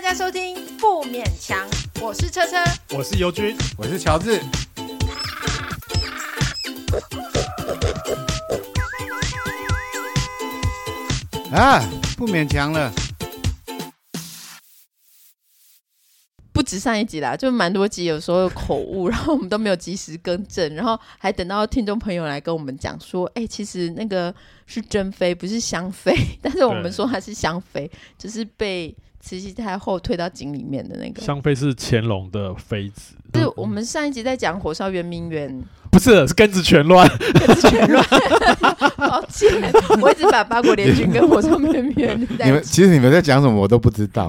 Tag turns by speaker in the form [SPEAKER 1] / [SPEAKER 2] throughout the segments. [SPEAKER 1] 在收听《不勉强》，我是车车。
[SPEAKER 2] 我是尤军，
[SPEAKER 3] 我是乔治，啊，不勉强了。
[SPEAKER 1] 不止上一集啦，就蛮多集，有时候有口误，然后我们都没有及时更正，然后还等到听众朋友来跟我们讲说，哎、其实那个是真飞，不是香妃，但是我们
[SPEAKER 2] 对
[SPEAKER 1] 说她是香妃，就是被慈禧太后推到井里面的那个。
[SPEAKER 2] 香妃是乾隆的妃子，
[SPEAKER 1] 就是我们上一集在讲火烧圆明园，
[SPEAKER 2] 不是是根子全乱，
[SPEAKER 1] 可是全乱，抱歉，我一直把八国联军跟火烧圆明园连在
[SPEAKER 3] 你
[SPEAKER 1] 一
[SPEAKER 3] 们
[SPEAKER 1] 起。
[SPEAKER 3] 其实你们在讲什么，我都不知道。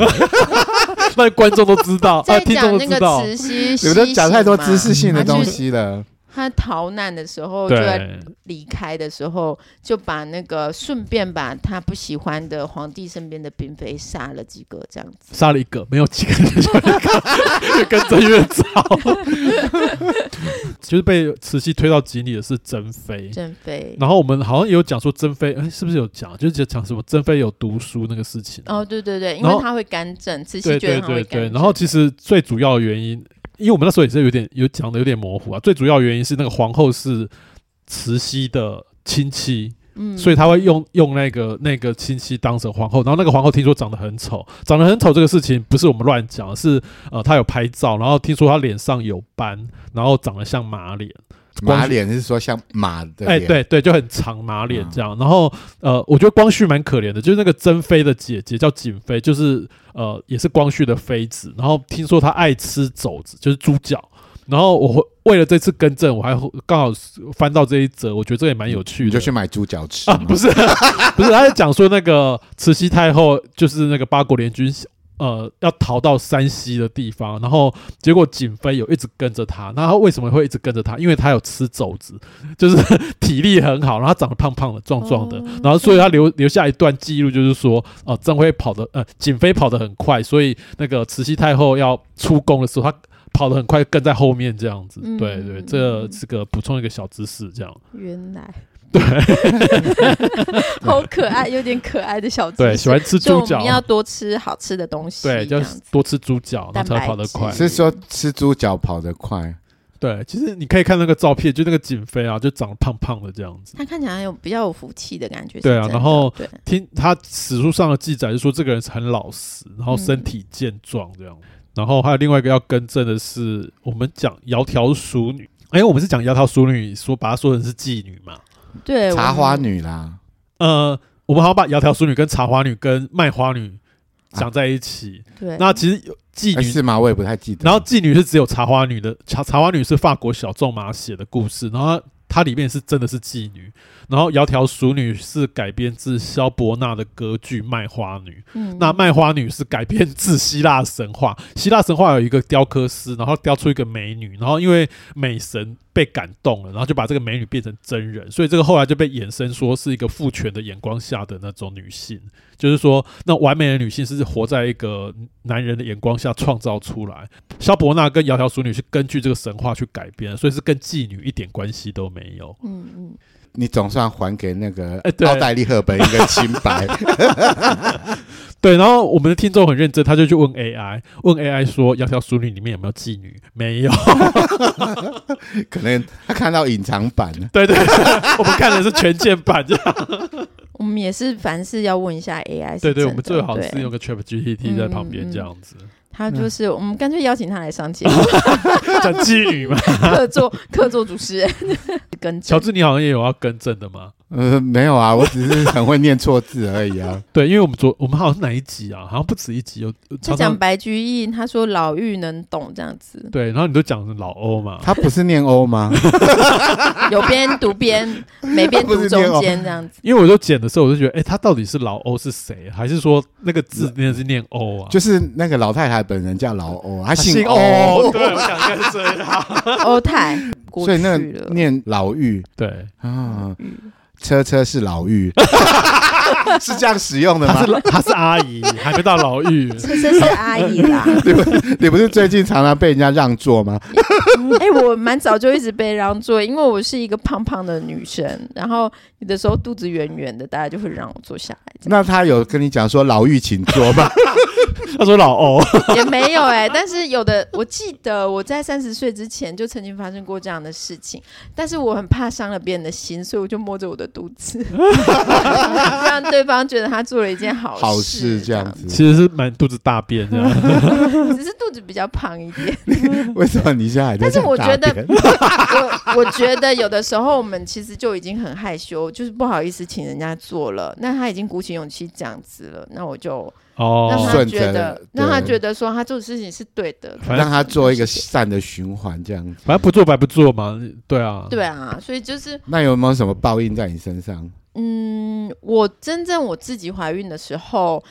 [SPEAKER 2] 那观众都知道，啊，
[SPEAKER 1] 在
[SPEAKER 2] 听
[SPEAKER 1] 讲
[SPEAKER 2] 众都
[SPEAKER 1] 那
[SPEAKER 2] 知
[SPEAKER 1] 个
[SPEAKER 2] 道。
[SPEAKER 1] 慈禧，
[SPEAKER 3] 你们都讲太多知识性的
[SPEAKER 1] 西行嘛
[SPEAKER 3] 东西了。
[SPEAKER 1] 他逃难的时候，就在
[SPEAKER 2] 对，
[SPEAKER 1] 离开的时候，就把那个顺便把他不喜欢的皇帝身边的嫔妃杀了几个，这样子。
[SPEAKER 2] 杀了一个，没有几个人，杀了 一个，越跟着越糟。 就是被慈禧推到井里的是珍妃，
[SPEAKER 1] 珍妃，
[SPEAKER 2] 然后我们好像也有讲说珍妃，哎，是不是有讲？就是讲什么珍妃有读书那个事情。啊
[SPEAKER 1] 哦，对对对，因
[SPEAKER 2] 然后
[SPEAKER 1] 为他会干政，慈禧
[SPEAKER 2] 对
[SPEAKER 1] 觉
[SPEAKER 2] 对
[SPEAKER 1] 得他会
[SPEAKER 2] 对
[SPEAKER 1] 干
[SPEAKER 2] 对，
[SPEAKER 1] 政。
[SPEAKER 2] 然后其实最主要的原因，因为我们那时候也是有点有讲的有点模糊啊，最主要原因是那个皇后是慈禧的亲戚，
[SPEAKER 1] 嗯，
[SPEAKER 2] 所以他会用用那个那个亲戚当成皇后，然后那个皇后听说长得很丑，长得很丑这个事情不是我们乱讲，是呃他有拍照，然后听说他脸上有斑，然后长得像马脸。光
[SPEAKER 3] 马脸是说像马的
[SPEAKER 2] 哎、
[SPEAKER 3] 脸，嗯
[SPEAKER 2] 对对，就很长马脸这样。然后呃，我觉得光绪蛮可怜的，就是那个珍妃的姐姐叫瑾妃，就是呃也是光绪的妃子。然后听说她爱吃肘子，就是猪脚。然后我会为了这次更正，我还刚好翻到这一则，我觉得这也蛮有趣
[SPEAKER 3] 你
[SPEAKER 2] 的。
[SPEAKER 3] 就去买猪脚 吃
[SPEAKER 2] 啊，
[SPEAKER 3] 嘛
[SPEAKER 2] 不是不是，他是讲说那个慈禧太后就是那个八国联军。呃，要逃到山西的地方，然后结果瑾妃有一直跟着他，那他为什么会一直跟着他？因为他有吃肘子，就是 体力很好，然后他长得胖胖的、壮壮的，
[SPEAKER 1] 哦
[SPEAKER 2] 然后所以他留留下一段记录，就是说，哦、呃，郑辉跑的，呃，瑾妃跑得很快，所以那个慈禧太后要出宫的时候，他跑得很快，跟在后面这样子。
[SPEAKER 1] 嗯
[SPEAKER 2] 对对，这这个补充一个小知识，这样。
[SPEAKER 1] 原来对，好可爱，有点可爱的小知识
[SPEAKER 2] 对，喜欢吃
[SPEAKER 1] 所以
[SPEAKER 2] 猪
[SPEAKER 1] 我
[SPEAKER 2] 脚
[SPEAKER 1] 们。要多吃好吃的东西，这
[SPEAKER 2] 对，就
[SPEAKER 1] 样
[SPEAKER 2] 是
[SPEAKER 1] 子。
[SPEAKER 2] 多吃猪脚，然后才会跑得快
[SPEAKER 1] 蛋白。质
[SPEAKER 3] 是说吃猪脚跑得快，
[SPEAKER 2] 对，其实你可以看那个照片，就那个瑾妃啊，就长得胖胖的这样子。
[SPEAKER 1] 他看起来有比较有福气的感觉，是
[SPEAKER 2] 对啊
[SPEAKER 1] 真的
[SPEAKER 2] 然后
[SPEAKER 1] 对，
[SPEAKER 2] 听他史书上的记载，就说这个人是很老实，然后
[SPEAKER 1] 嗯
[SPEAKER 2] 身体健壮这样。然后还有另外一个要更正的是，我们讲窈窕淑女，哎，我们是讲窈窕淑女，说把她说成是妓女嘛。
[SPEAKER 1] 对
[SPEAKER 3] 茶
[SPEAKER 1] 我
[SPEAKER 3] 花
[SPEAKER 1] 们
[SPEAKER 3] 女啦，
[SPEAKER 2] 呃，我们好像把窈窕淑女跟茶花女跟卖花女讲在一起。
[SPEAKER 1] 啊对，
[SPEAKER 2] 那其实有妓
[SPEAKER 3] 哎
[SPEAKER 2] 女
[SPEAKER 3] 是吗？我也不太记得。
[SPEAKER 2] 然后妓女是只有茶花女的，茶茶花女是法国小仲马写的故事，然后它它里面是真的是妓女，然后窈窕淑女是改编自萧伯纳的歌剧《卖花女》，
[SPEAKER 1] 嗯
[SPEAKER 2] 那卖花女是改编自希腊神话， 希腊神话有一个雕刻师，然后雕出一个美女，然后因为美神被感动了，然后就把这个美女变成真人，所以这个后来就被衍生说是一个父权的眼光下的那种女性，就是说那完美的女性是活在一个男人的眼光下创造出来。萧伯纳跟窈窕淑女是根据这个神话去改编的，所以是跟妓女一点关系都没有。
[SPEAKER 1] 嗯嗯，
[SPEAKER 3] 你总算还给那个
[SPEAKER 2] 哎对
[SPEAKER 3] 奥黛丽·赫本一个清白。
[SPEAKER 2] 对，然后我们的听众很认真，他就去问 AI，问 AI 说《窈窕淑女》里面有没有妓女？没有。
[SPEAKER 3] 可能他看到隐藏版了。
[SPEAKER 2] 对对，对我们看的是全键版，这样
[SPEAKER 1] 我们也是凡事要问一下 AI 是
[SPEAKER 2] 对对，
[SPEAKER 1] 真
[SPEAKER 2] 我们
[SPEAKER 1] 的
[SPEAKER 2] 最好
[SPEAKER 1] 对
[SPEAKER 2] 是用个 Chat GPT 在旁边这样子，
[SPEAKER 1] 他
[SPEAKER 3] 嗯
[SPEAKER 1] 就是我们干脆邀请他来上节目
[SPEAKER 2] 讲妓女嘛。
[SPEAKER 1] 客座客座主持人跟
[SPEAKER 2] 乔
[SPEAKER 1] 正
[SPEAKER 2] 治，你好像也有要更正的吗？
[SPEAKER 3] 呃，没有啊，我只是很会念错字而已 啊。
[SPEAKER 2] 对，因为我们昨我们好像是哪一集啊？好像不止一集，有
[SPEAKER 1] 在
[SPEAKER 2] 常
[SPEAKER 1] 讲
[SPEAKER 2] 常
[SPEAKER 1] 白居易，他说老妪能懂这样子，
[SPEAKER 2] 对，然后你都讲老欧嘛。
[SPEAKER 3] 他不是念欧吗？
[SPEAKER 1] 有边读 边，没边读
[SPEAKER 3] 哦
[SPEAKER 1] 中间这样子。
[SPEAKER 2] 因为我就剪的时候，我就觉得，哎、他到底是老欧是谁？还是说那个字念是念欧啊？
[SPEAKER 3] 就是那个老太太本人叫老欧，她
[SPEAKER 2] 他
[SPEAKER 3] 啊姓
[SPEAKER 2] 欧，
[SPEAKER 3] 欧，
[SPEAKER 2] 对，我想应该是啊这样。
[SPEAKER 1] 欧太过
[SPEAKER 3] 所以那
[SPEAKER 1] 去了嗯
[SPEAKER 3] 个，念老玉
[SPEAKER 2] 对，
[SPEAKER 3] 啊。车车是老妪， 是这样使用的
[SPEAKER 2] 她
[SPEAKER 3] 吗？
[SPEAKER 2] 是她是阿姨，还没到老妪。
[SPEAKER 4] 这真是阿姨啦。
[SPEAKER 3] 你不是最近常常被人家让座吗？
[SPEAKER 1] 哎、我蛮早就一直被让座，因为我是一个胖胖的女生，然后有的时候肚子圆圆的，大家就会让我坐下来，这样
[SPEAKER 3] 那他有跟你讲说老妪请坐吗？
[SPEAKER 2] 她说老欧，
[SPEAKER 1] 也没有哎、但是有的，我记得我在三十岁之前就曾经发生过这样的事情，但是我很怕伤了别人的心，所以我就摸着我的肚子， 让对方觉得他做了一件好事，
[SPEAKER 3] 好事这样子，
[SPEAKER 2] 其实是满肚子大便这样。
[SPEAKER 1] 子，只是肚子比较胖一点。
[SPEAKER 3] 为什么你现在还在
[SPEAKER 1] 但是
[SPEAKER 3] 讲
[SPEAKER 1] 我
[SPEAKER 3] 大
[SPEAKER 1] 觉得
[SPEAKER 3] 便
[SPEAKER 1] 我我觉得有的时候我们其实就已经很害羞，就是不好意思请人家做了。那他已经鼓起勇气这样子了，那我就让
[SPEAKER 2] 哦，
[SPEAKER 1] 他
[SPEAKER 3] 顺
[SPEAKER 1] 觉
[SPEAKER 3] 着
[SPEAKER 1] 得
[SPEAKER 3] 对，
[SPEAKER 1] 让他觉得说他做的事情是对的。
[SPEAKER 2] 反
[SPEAKER 3] 让
[SPEAKER 2] 正
[SPEAKER 3] 他做一个善的循环这样子。
[SPEAKER 2] 反正不做白不做嘛，对啊，
[SPEAKER 1] 对啊，所以就是，
[SPEAKER 3] 那有没有什么报应在你身上？
[SPEAKER 1] 嗯，我真正我自己怀孕的时候，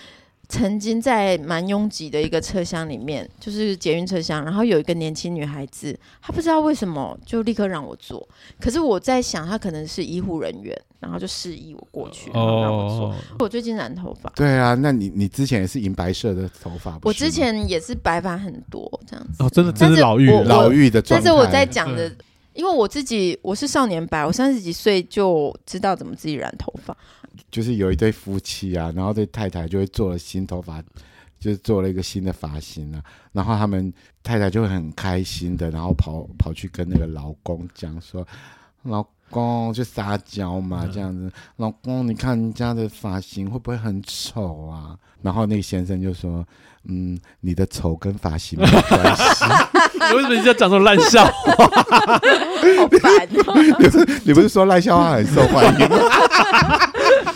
[SPEAKER 1] 曾经在蛮拥挤的一个车厢里面，就是捷运车厢，然后有一个年轻女孩子，她不知道为什么就立刻让我坐，可是我在想，她可能是医护人员，然后就示意我过去，然后让我坐。
[SPEAKER 2] 哦，
[SPEAKER 1] 我最近染头发，
[SPEAKER 3] 对啊，那你你之前也是银白色的头发，不
[SPEAKER 1] 我
[SPEAKER 3] 是
[SPEAKER 1] 之
[SPEAKER 3] 吗
[SPEAKER 1] 前也是白发很多这样子，
[SPEAKER 2] 哦，
[SPEAKER 3] 嗯
[SPEAKER 2] 真的
[SPEAKER 1] 但
[SPEAKER 2] 真
[SPEAKER 1] 是
[SPEAKER 2] 是老妪
[SPEAKER 1] 我
[SPEAKER 2] 了，
[SPEAKER 3] 老妪的状
[SPEAKER 1] 但
[SPEAKER 3] 态，
[SPEAKER 1] 是我在讲的，因为我自己我是少年白，我三十几岁就知道怎么自己染头发，
[SPEAKER 3] 就是有一对夫妻啊，然后对太太就会做了新头发，就是做了一个新的发型啊，然后他们太太就会很开心的，然后跑跑去跟那个老公讲说，老公就撒娇嘛，这样子，老公你看人家的发型会不会很丑啊？然后那个先生就说，嗯，你的丑跟发型没关系，
[SPEAKER 2] 你为什么你在讲这种烂 笑？
[SPEAKER 1] 好烦哦、
[SPEAKER 3] 你不是说赖笑话很受欢迎吗？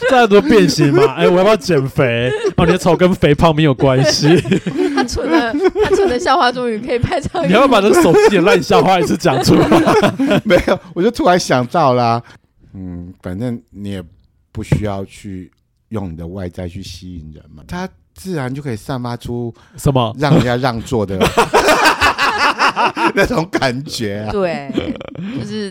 [SPEAKER 2] 这样多变形嘛？哎，我要不要减肥？哦，你的丑跟肥胖没有关系，
[SPEAKER 1] 他存的他存的笑话终于可以拍上
[SPEAKER 2] 你要不要把这个手机的烂笑话一次讲出来？
[SPEAKER 3] 没有，我就突然想到啦、嗯，反正你也不需要去用你的外在去吸引人嘛，他自然就可以散发出
[SPEAKER 2] 什么？
[SPEAKER 3] 让人家让座的那种感觉 啊。
[SPEAKER 1] 对，就是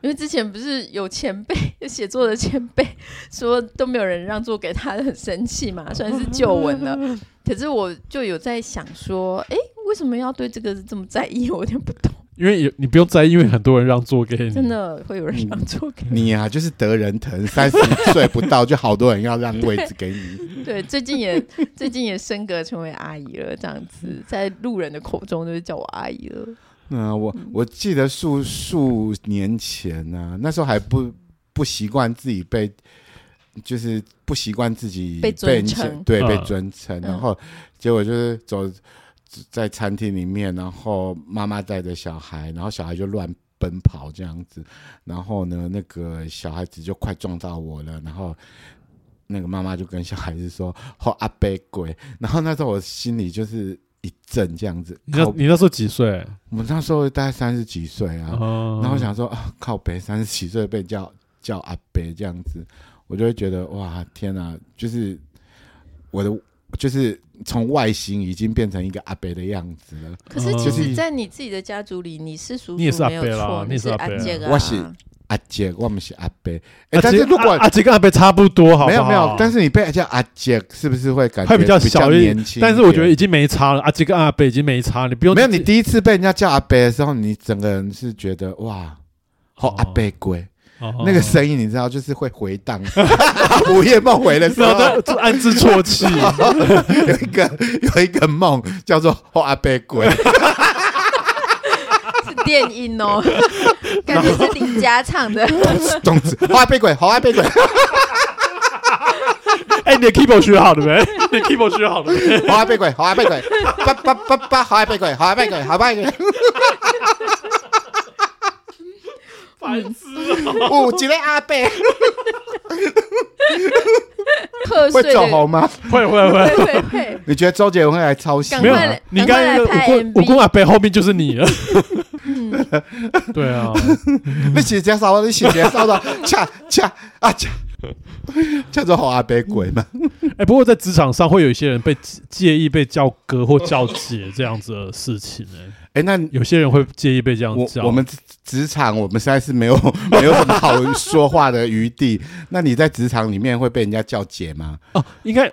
[SPEAKER 1] 因为之前不是有前辈 有写作的前辈说都没有人让座给他，很生气 嘛，虽然是旧闻了，可是我就有在想说，诶，为什么要对这个这么在意？我有点不懂，
[SPEAKER 2] 因为有你不用在意，因为很多人让座给你，
[SPEAKER 1] 真的会有人让座给
[SPEAKER 3] 你啊，就是得人疼，三十岁不到就好多人要让位置给你。
[SPEAKER 2] 嗯
[SPEAKER 1] 对，最近也 最近也升格成为阿姨了，这样
[SPEAKER 2] 嗯
[SPEAKER 1] 子在路人的口中就是叫我阿姨了。
[SPEAKER 3] 嗯，我我记得数数年前啊，那时候还不不习惯自己被，就是不习惯自己
[SPEAKER 1] 被尊
[SPEAKER 3] 人家
[SPEAKER 1] 称
[SPEAKER 3] 对，被
[SPEAKER 2] 嗯
[SPEAKER 3] 尊称。然
[SPEAKER 1] 嗯
[SPEAKER 3] 后结果就是走在餐厅里面，然后妈妈带着小孩，然后小孩就乱奔跑这样子，然后呢，那个小孩子就快撞到我了，然后。那个妈妈就跟小孩子说：“哦，阿伯鬼。”然后那时候我心里就是一震，这样子。
[SPEAKER 2] 你那
[SPEAKER 3] 靠
[SPEAKER 2] 你那时候几岁？
[SPEAKER 3] 我那时候大概三十几岁啊，
[SPEAKER 2] 哦
[SPEAKER 3] 然后我想说啊，靠北三十几岁被叫叫阿北这样子，我就会觉得哇，天哪、就是我的就是从外形已经变成一个阿北的样子了。
[SPEAKER 1] 可是
[SPEAKER 2] 哦
[SPEAKER 1] 其实，在你自己的家族里，你是叔叔
[SPEAKER 2] 你也是阿
[SPEAKER 1] 没有
[SPEAKER 2] 伯啦
[SPEAKER 1] 错，
[SPEAKER 2] 你也是
[SPEAKER 1] 是
[SPEAKER 2] 阿伯啊
[SPEAKER 1] 姐啊
[SPEAKER 3] 我是阿姐，我们是阿北，哎、
[SPEAKER 2] 啊
[SPEAKER 3] 但是
[SPEAKER 2] 其实
[SPEAKER 3] 如果、
[SPEAKER 2] 啊啊几个阿伯差不多，好不好
[SPEAKER 3] 没有没有，但是你被叫阿姐，是不是会感觉
[SPEAKER 2] 会比较小一
[SPEAKER 3] 年轻？
[SPEAKER 2] 但是我觉得。已经没差了，阿几个阿伯已经没差，你不用
[SPEAKER 3] 没有，你第一次被人家叫阿北的时候，你整个人是觉得哇，好、
[SPEAKER 2] 哦
[SPEAKER 3] 阿北鬼，
[SPEAKER 2] 哦
[SPEAKER 3] 那个声音你知道，就是会回荡， 午夜梦回的时
[SPEAKER 2] 然
[SPEAKER 3] 候
[SPEAKER 2] 后，在就暗自啜 泣，
[SPEAKER 3] 有一个有一个梦叫做后阿贝鬼，
[SPEAKER 1] 是电音 哦，感觉是李佳唱的。
[SPEAKER 3] 总之后阿贝鬼，后阿贝鬼，后
[SPEAKER 2] 哎，你的 keyboard 学好了 没？你的 keyboard 学好了没？
[SPEAKER 3] 阿贝鬼，后阿贝鬼，叭叭叭叭，后阿贝鬼，后阿贝鬼，后阿贝鬼，
[SPEAKER 2] 烦死了！
[SPEAKER 3] 有哦一个阿贝
[SPEAKER 1] 贺
[SPEAKER 3] 会
[SPEAKER 1] 岁
[SPEAKER 3] 走
[SPEAKER 1] 的，
[SPEAKER 3] 红吗？
[SPEAKER 2] 会会会，
[SPEAKER 1] 会会 会，
[SPEAKER 3] 你觉得周杰伦会来抄袭
[SPEAKER 1] 赶
[SPEAKER 2] 没有啊
[SPEAKER 1] 快
[SPEAKER 3] 吗
[SPEAKER 1] 来？，
[SPEAKER 2] 你刚
[SPEAKER 1] 赶
[SPEAKER 2] 才
[SPEAKER 1] 快
[SPEAKER 2] 那
[SPEAKER 1] 来
[SPEAKER 2] 个
[SPEAKER 1] 拍
[SPEAKER 2] 武功武
[SPEAKER 1] MV
[SPEAKER 2] 功阿伯后面就是你 了。
[SPEAKER 1] 嗯
[SPEAKER 2] 对啊，
[SPEAKER 3] 你写介绍，你写介绍到恰恰啊恰，叫做后阿贝鬼嘛？
[SPEAKER 2] 哎，不过在职场上会有一些人被介意被叫哥或叫姐这样子的事情、哎，
[SPEAKER 3] 哎，那
[SPEAKER 2] 有些人会介意被这样
[SPEAKER 3] 我
[SPEAKER 2] 叫。
[SPEAKER 3] 我们职职场，我们实在是没有 没有什么好说话的余地。那你在职场里面会被人家叫姐吗？
[SPEAKER 2] 哦，应该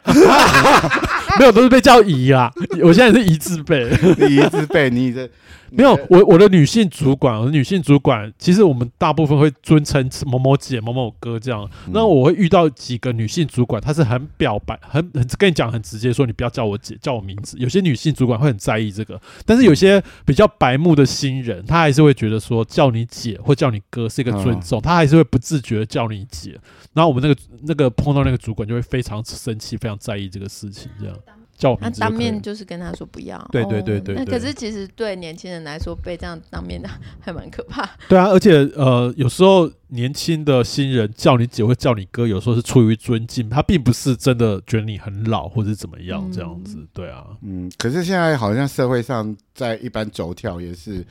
[SPEAKER 2] 没有，都是被叫姨啦。我现在是姨字辈。
[SPEAKER 3] 你一直被你的
[SPEAKER 2] 没有，我我的女性主管，我的女性主管，其实我们大部分会尊称某某姐、某某哥这样。那我会遇到几个女性主管，她是很表白，很很跟你讲很直接，说你不要叫我姐，叫我名字。有些女性主管会很在意这个，但是有些比较白目的新人，她还是会觉得说叫你姐或叫你哥是一个尊重，她还是会不自觉的叫你姐。然后我们那个那个碰到那个主管就会非常生气，非常在意这个事情，这样叫我
[SPEAKER 1] 那
[SPEAKER 2] 名字就可以了。
[SPEAKER 1] 当面就是跟他说不要。
[SPEAKER 2] 对对对对
[SPEAKER 1] 哦那
[SPEAKER 2] 对
[SPEAKER 1] 可是其实对年轻人来说，被这样当面的 还蛮可怕。
[SPEAKER 2] 对啊，而且呃，有时候年轻的新人叫你姐或叫你哥，有时候是出于尊敬，他并不是真的觉得你很老或者怎么样这样子。对啊，
[SPEAKER 3] 嗯，可是现在好像社会上在一般走跳也是，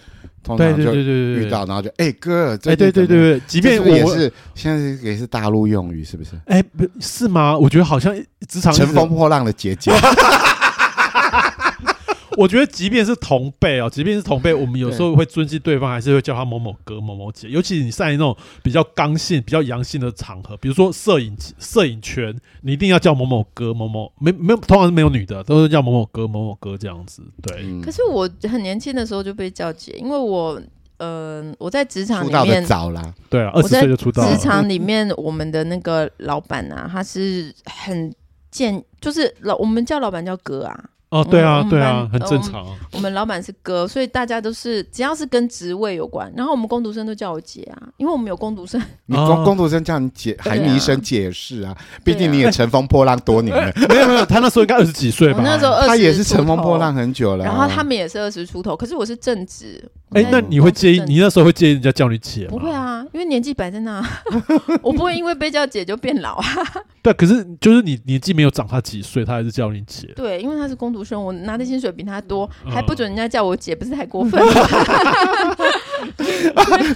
[SPEAKER 3] 通
[SPEAKER 2] 对
[SPEAKER 3] 常
[SPEAKER 2] 对
[SPEAKER 3] 就
[SPEAKER 2] 对对对
[SPEAKER 3] 遇，到然后就哎、哥，
[SPEAKER 2] 哎对对对
[SPEAKER 3] 对，
[SPEAKER 2] 对，即
[SPEAKER 3] 即
[SPEAKER 2] 便我
[SPEAKER 3] 也是现在是也是大陆用语是不是？
[SPEAKER 2] 哎不是吗？我觉得好像职场一直
[SPEAKER 3] 乘风，破浪的姐姐，
[SPEAKER 2] 我觉得即便是同辈哦，即便是同辈，我们有时候会尊敬对方，还是会叫他某某哥、某某姐。尤其你在那种比较刚性、比较阳性的场合，比如说摄影摄影圈，你一定要叫某某哥、某某没没有，通常是没有女的，都是叫某某哥、某某哥这样子。对。
[SPEAKER 3] 嗯
[SPEAKER 1] 可是我很年轻的时候就被叫姐，因为我嗯、我在职场
[SPEAKER 3] 出
[SPEAKER 1] 里
[SPEAKER 3] 道的
[SPEAKER 1] 面，
[SPEAKER 3] 早啦，
[SPEAKER 2] 对啊，二
[SPEAKER 1] 我
[SPEAKER 2] 十
[SPEAKER 1] 在
[SPEAKER 2] 岁就出道了
[SPEAKER 1] 职。场里面我们的那个老板啊，他是很见，就是老我们叫老板叫哥啊，
[SPEAKER 2] 哦，对啊，
[SPEAKER 1] 嗯
[SPEAKER 2] 对啊
[SPEAKER 1] 嗯，
[SPEAKER 2] 很正常啊。
[SPEAKER 1] 我们老板是哥，所以大家都是只要是跟职位有关，然后我们工读生都叫我姐啊，因为我们有工读生，
[SPEAKER 3] 你
[SPEAKER 2] 哦
[SPEAKER 3] 工工读生叫你姐
[SPEAKER 1] 对啊
[SPEAKER 3] 喊你一声姐也是啊，毕
[SPEAKER 1] 对啊
[SPEAKER 3] 竟你也乘风破浪多年了，
[SPEAKER 2] 没有没有，他那时候应该二十几岁吧？
[SPEAKER 1] 我那时候二
[SPEAKER 3] 他
[SPEAKER 1] 十，
[SPEAKER 3] 也是乘风破浪。很久了啊。
[SPEAKER 1] 然后他们也是二十出头，可是我是正职。
[SPEAKER 2] 哎、
[SPEAKER 1] 嗯我在
[SPEAKER 2] 那你会介意？
[SPEAKER 1] 公司正职
[SPEAKER 2] 你那时候会介意人家叫你姐吗？
[SPEAKER 1] 不会。啊，因为年纪摆在那， 我不会因为被叫姐就变老啊。
[SPEAKER 2] 对，可是就是你年纪没有长他几岁，他还是叫你姐。
[SPEAKER 1] 对，因为他是工读生，我拿的薪水比他多，
[SPEAKER 2] 嗯
[SPEAKER 1] 还不准人家叫我姐，不是太过分啊 了？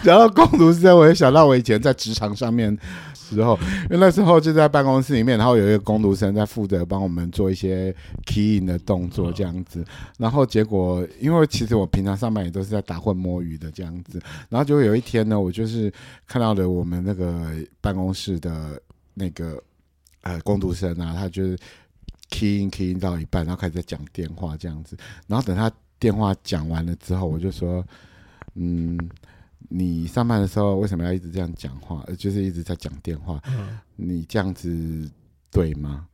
[SPEAKER 3] 然后工读生，我也想到我以前在职场上面时候，因为那时候就在办公室里面，然后有一个工读生在负责帮我们做一些 key in 的动作这样子。然后结果，因为其实我平常上班也都是在打混摸鱼的这样子，然后结果有一天呢，我就是看到了我们那个办公室的那个呃工读生啊，他就是 key in key in 到一半，然后开始在讲电话这样子。然后等他电话讲完了之后，我就说，嗯。你上班的时候为什么要一直这样讲话？呃就是一直在讲电话，
[SPEAKER 2] 嗯，
[SPEAKER 3] 你这样子对吗？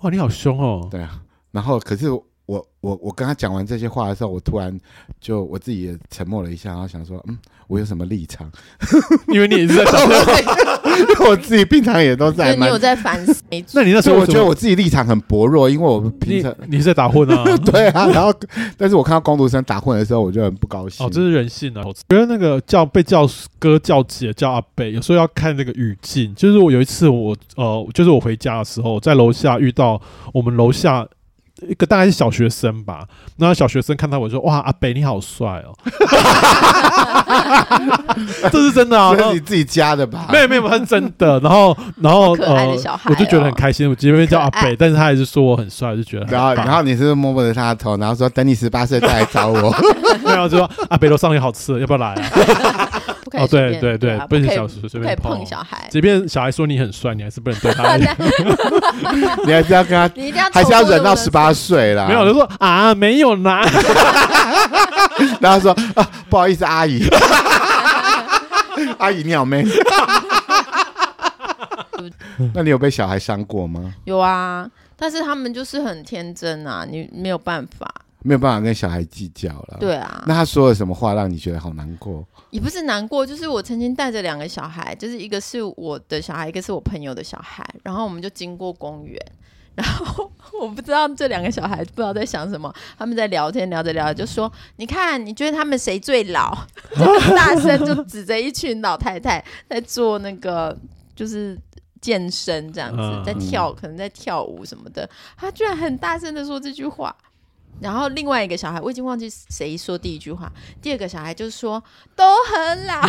[SPEAKER 2] 哇，你好凶哦！
[SPEAKER 3] 对啊。然后可是我我我跟他讲完这些话的时候，我突然就我自己也沉默了一下，然后想说，嗯，我有什么立场？
[SPEAKER 2] 因为你也是在讲。
[SPEAKER 3] 因为我自己平常也都
[SPEAKER 1] 所
[SPEAKER 3] 在
[SPEAKER 1] 以你
[SPEAKER 3] 蛮
[SPEAKER 1] 有，在反思？没
[SPEAKER 2] 那你那时
[SPEAKER 3] 所以
[SPEAKER 2] 候
[SPEAKER 3] 我觉得
[SPEAKER 2] 为
[SPEAKER 3] 我自己立场很薄弱，因为我平
[SPEAKER 2] 什
[SPEAKER 3] 常
[SPEAKER 2] 么你你是在打混 啊？
[SPEAKER 3] 对啊。然后，但是我看到工读生打混的时候，我就很不高兴。
[SPEAKER 2] 哦，这是人性啊！我觉得那个叫被叫哥、叫姐、叫阿贝，有时候要看那个语境。就是我有一次我，呃，就是我回家的时候，在楼下遇到我们楼下一个大概是小学生吧，那小学生看到我就说：“哇，阿贝你好帅哦！” 这是真的啊！
[SPEAKER 3] 这
[SPEAKER 2] 然
[SPEAKER 3] 是
[SPEAKER 2] 后
[SPEAKER 3] 你自己家的吧？
[SPEAKER 2] 没有没有，他是真的。然后然后
[SPEAKER 1] 好可爱的
[SPEAKER 2] 呃
[SPEAKER 1] 小孩哦
[SPEAKER 2] 我就觉得很开心。我即便叫阿
[SPEAKER 1] 可
[SPEAKER 2] 贝，
[SPEAKER 1] 爱
[SPEAKER 2] 但是他还是说我很帅，我就觉 得很
[SPEAKER 3] 然后，
[SPEAKER 2] 棒
[SPEAKER 3] 然后你是不是摸摸着他的头，然后说等你十八岁再来找我。
[SPEAKER 2] 对啊，就说阿北楼上有好吃的，要不要来啊？
[SPEAKER 1] 不可以
[SPEAKER 2] 哦，
[SPEAKER 1] 随
[SPEAKER 2] 对
[SPEAKER 1] 便
[SPEAKER 2] 对对
[SPEAKER 1] 啊，
[SPEAKER 2] 不
[SPEAKER 1] 不
[SPEAKER 2] 能
[SPEAKER 1] 可以
[SPEAKER 2] 小时随
[SPEAKER 1] 不可以
[SPEAKER 2] 便
[SPEAKER 1] 碰小孩。
[SPEAKER 2] 即便小孩说你很帅，你还是不能 对他。
[SPEAKER 3] 你还是要跟他，
[SPEAKER 1] 你一定要
[SPEAKER 3] 还是要忍到十
[SPEAKER 1] 18。
[SPEAKER 3] 八岁啦。
[SPEAKER 2] 没有，我就说啊，没有 啦。
[SPEAKER 3] 然后说啊，不好意思，阿姨，阿姨 尿妹。那你有被小孩伤过吗？
[SPEAKER 1] 有啊，但是他们就是很天真啊，你没有办法。
[SPEAKER 3] 没有办法跟小孩计较了。，
[SPEAKER 1] 对啊，
[SPEAKER 3] 那他说了什么话让你觉得好难过？
[SPEAKER 1] 也不是难过，就是我曾经带着两个小孩，就是一个是我的小孩，一个是我朋友的小孩，然后我们就经过公园。然后 我不知道这两个小孩不知道在想什么，他们在聊天，聊着聊着就说：“你看，你觉得他们谁最老？” 就很大声就指着一群老太太在做那个就是健身这样子
[SPEAKER 2] 嗯，
[SPEAKER 1] 在跳，可能在跳舞什么的。他居然很大声的说这句话，然后另外一个小孩，我已经忘记谁说第一句话，第二个小孩就说都很老，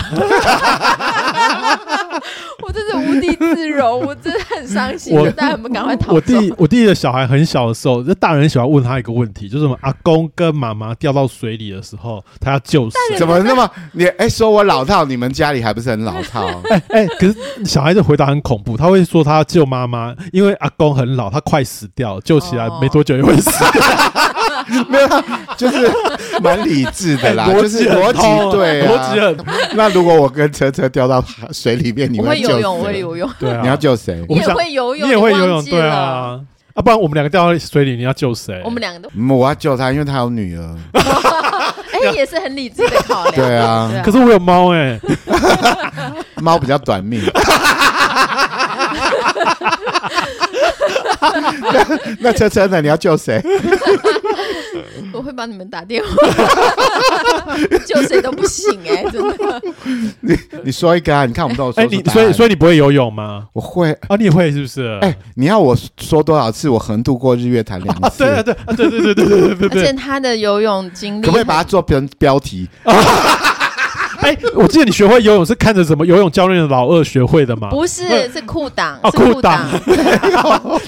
[SPEAKER 1] 我真是无地自容，我真的很伤心
[SPEAKER 2] 我，
[SPEAKER 1] 大家有没有赶快逃
[SPEAKER 2] 我
[SPEAKER 1] 走？
[SPEAKER 2] 弟我弟的小孩很小的时候，这大人喜欢问他一个问题，就是我们阿公跟妈妈掉到水里的时候，他要救谁？
[SPEAKER 1] 人
[SPEAKER 3] 怎么那么你哎、说我老套，你们家里还不是很老套？
[SPEAKER 2] 哎、可是小孩子回答很恐怖，他会说他要救妈妈，因为阿公很老，他快死掉，救起来
[SPEAKER 1] 哦
[SPEAKER 2] 没多久又会死。
[SPEAKER 3] 没有啦，就是蛮理智的啦，
[SPEAKER 2] 哎 逻
[SPEAKER 3] 就
[SPEAKER 2] 辑
[SPEAKER 3] 是
[SPEAKER 2] 很
[SPEAKER 3] 逻辑
[SPEAKER 2] 通
[SPEAKER 3] 对、啊，
[SPEAKER 2] 逻辑很
[SPEAKER 3] 那如果我跟车车掉到水里面，你
[SPEAKER 1] 我会
[SPEAKER 3] 救
[SPEAKER 1] 游
[SPEAKER 3] 谁？
[SPEAKER 1] 泳，我会游泳，
[SPEAKER 2] 对啊，
[SPEAKER 3] 你要救谁？
[SPEAKER 1] 你
[SPEAKER 2] 我们
[SPEAKER 1] 也
[SPEAKER 2] 想
[SPEAKER 1] 会游泳，
[SPEAKER 2] 你也会游
[SPEAKER 1] 忘
[SPEAKER 2] 泳，
[SPEAKER 1] 记
[SPEAKER 2] 对
[SPEAKER 1] 了，
[SPEAKER 2] 啊，啊，不然我们两个掉到水里，你要救谁？
[SPEAKER 1] 我们两个都
[SPEAKER 3] 嗯我要救他，因为他有女儿。
[SPEAKER 1] 哎也是很理智的考量，
[SPEAKER 3] 对啊
[SPEAKER 1] 对
[SPEAKER 2] 可是我有猫哎、
[SPEAKER 3] 猫比较短 命。那那车车呢？你要救谁？
[SPEAKER 1] 我会帮你们打电话， 救谁都不行哎、真的。
[SPEAKER 3] 你说一个啊！你看我们都有
[SPEAKER 2] 哎、
[SPEAKER 3] 说出
[SPEAKER 2] 你
[SPEAKER 3] 答案。
[SPEAKER 2] 所以所以你不会游泳吗？
[SPEAKER 3] 我会。
[SPEAKER 2] 啊，你也会是不是？
[SPEAKER 3] 哎、你要我说多少次？我横渡过日月潭两
[SPEAKER 2] 啊，
[SPEAKER 3] 次。
[SPEAKER 2] 对啊，对啊，对对对对对对对
[SPEAKER 1] 而且
[SPEAKER 2] 对。
[SPEAKER 1] 他的游泳经历，
[SPEAKER 3] 可不可以把它做标标题？
[SPEAKER 2] 哎、我记得你学会游泳是看着什么游泳教练的老二学会的吗？
[SPEAKER 1] 不是是裤裆，
[SPEAKER 2] 啊，
[SPEAKER 1] 是
[SPEAKER 2] 裤
[SPEAKER 1] 裤
[SPEAKER 2] 裆，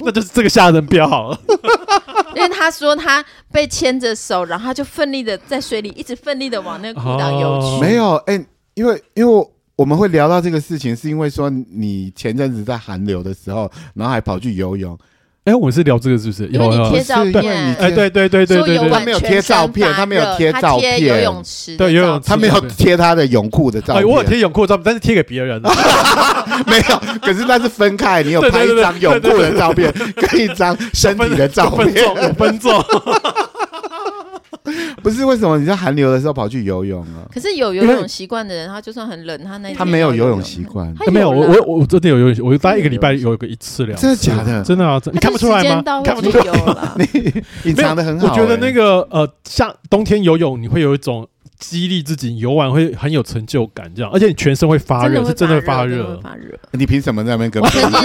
[SPEAKER 2] 那就是这个吓人标好了。
[SPEAKER 1] 因为他说他被牵着手，然后他就奋力的在水里一直奋力的往那个裤裆游
[SPEAKER 2] 哦
[SPEAKER 1] 去。
[SPEAKER 3] 没有，哎、因为因为我我们会聊到这个事情，是因为说你前阵子在寒流的时候，然后还跑去游泳，
[SPEAKER 2] 哎、我是聊这个是不是？
[SPEAKER 1] 因
[SPEAKER 2] 有
[SPEAKER 1] 为
[SPEAKER 2] 有
[SPEAKER 1] 你贴
[SPEAKER 2] 有。
[SPEAKER 1] 照
[SPEAKER 3] 是因为你
[SPEAKER 1] 片，
[SPEAKER 2] 哎、对对对对
[SPEAKER 1] 说
[SPEAKER 2] 对
[SPEAKER 1] 游
[SPEAKER 2] 对
[SPEAKER 1] 完
[SPEAKER 3] 他。没有
[SPEAKER 1] 全
[SPEAKER 3] 贴
[SPEAKER 1] 身
[SPEAKER 3] 照片
[SPEAKER 1] 发
[SPEAKER 3] 他没有
[SPEAKER 1] 热
[SPEAKER 3] 贴
[SPEAKER 1] 他
[SPEAKER 3] 照
[SPEAKER 1] 贴游
[SPEAKER 3] 片
[SPEAKER 1] 泳池的
[SPEAKER 2] 啊对游泳
[SPEAKER 1] 照
[SPEAKER 2] 池
[SPEAKER 3] 他没有贴他的泳裤的照
[SPEAKER 2] 哎、
[SPEAKER 3] 片，
[SPEAKER 2] 我有贴泳裤照片，但是贴给别人了。
[SPEAKER 3] 没有，可是那是分开，你有
[SPEAKER 2] 对对
[SPEAKER 3] 拍一
[SPEAKER 2] 对对
[SPEAKER 3] 张泳裤的照片跟一 张身体的照
[SPEAKER 2] 分
[SPEAKER 3] 片，
[SPEAKER 2] 众，我分众。
[SPEAKER 3] 不是为什么你在寒流的时候跑去游泳啊？
[SPEAKER 1] 可是有游泳习惯的人，他就算很冷，他那天
[SPEAKER 3] 他没有
[SPEAKER 1] 要游
[SPEAKER 3] 游泳习，惯，
[SPEAKER 1] 他
[SPEAKER 2] 哎没有，我
[SPEAKER 1] 啦
[SPEAKER 2] 我我我真的有游泳习，我大概一个礼拜有个一次两次。
[SPEAKER 3] 真的假的？
[SPEAKER 2] 真的啊，真你看不出来吗？你看不出来。
[SPEAKER 1] 来吗？
[SPEAKER 3] 隐藏的很好、欸
[SPEAKER 2] 我觉得那
[SPEAKER 3] 个
[SPEAKER 2] 个呃，像冬天游泳，你会有一种激励自己游完会很有成就感，这样，而且你全身会发热，是真的
[SPEAKER 1] 的
[SPEAKER 2] 会发
[SPEAKER 1] 热，
[SPEAKER 2] 热
[SPEAKER 1] 会。发热。
[SPEAKER 3] 你凭什么在那边跟
[SPEAKER 1] 我？曾经，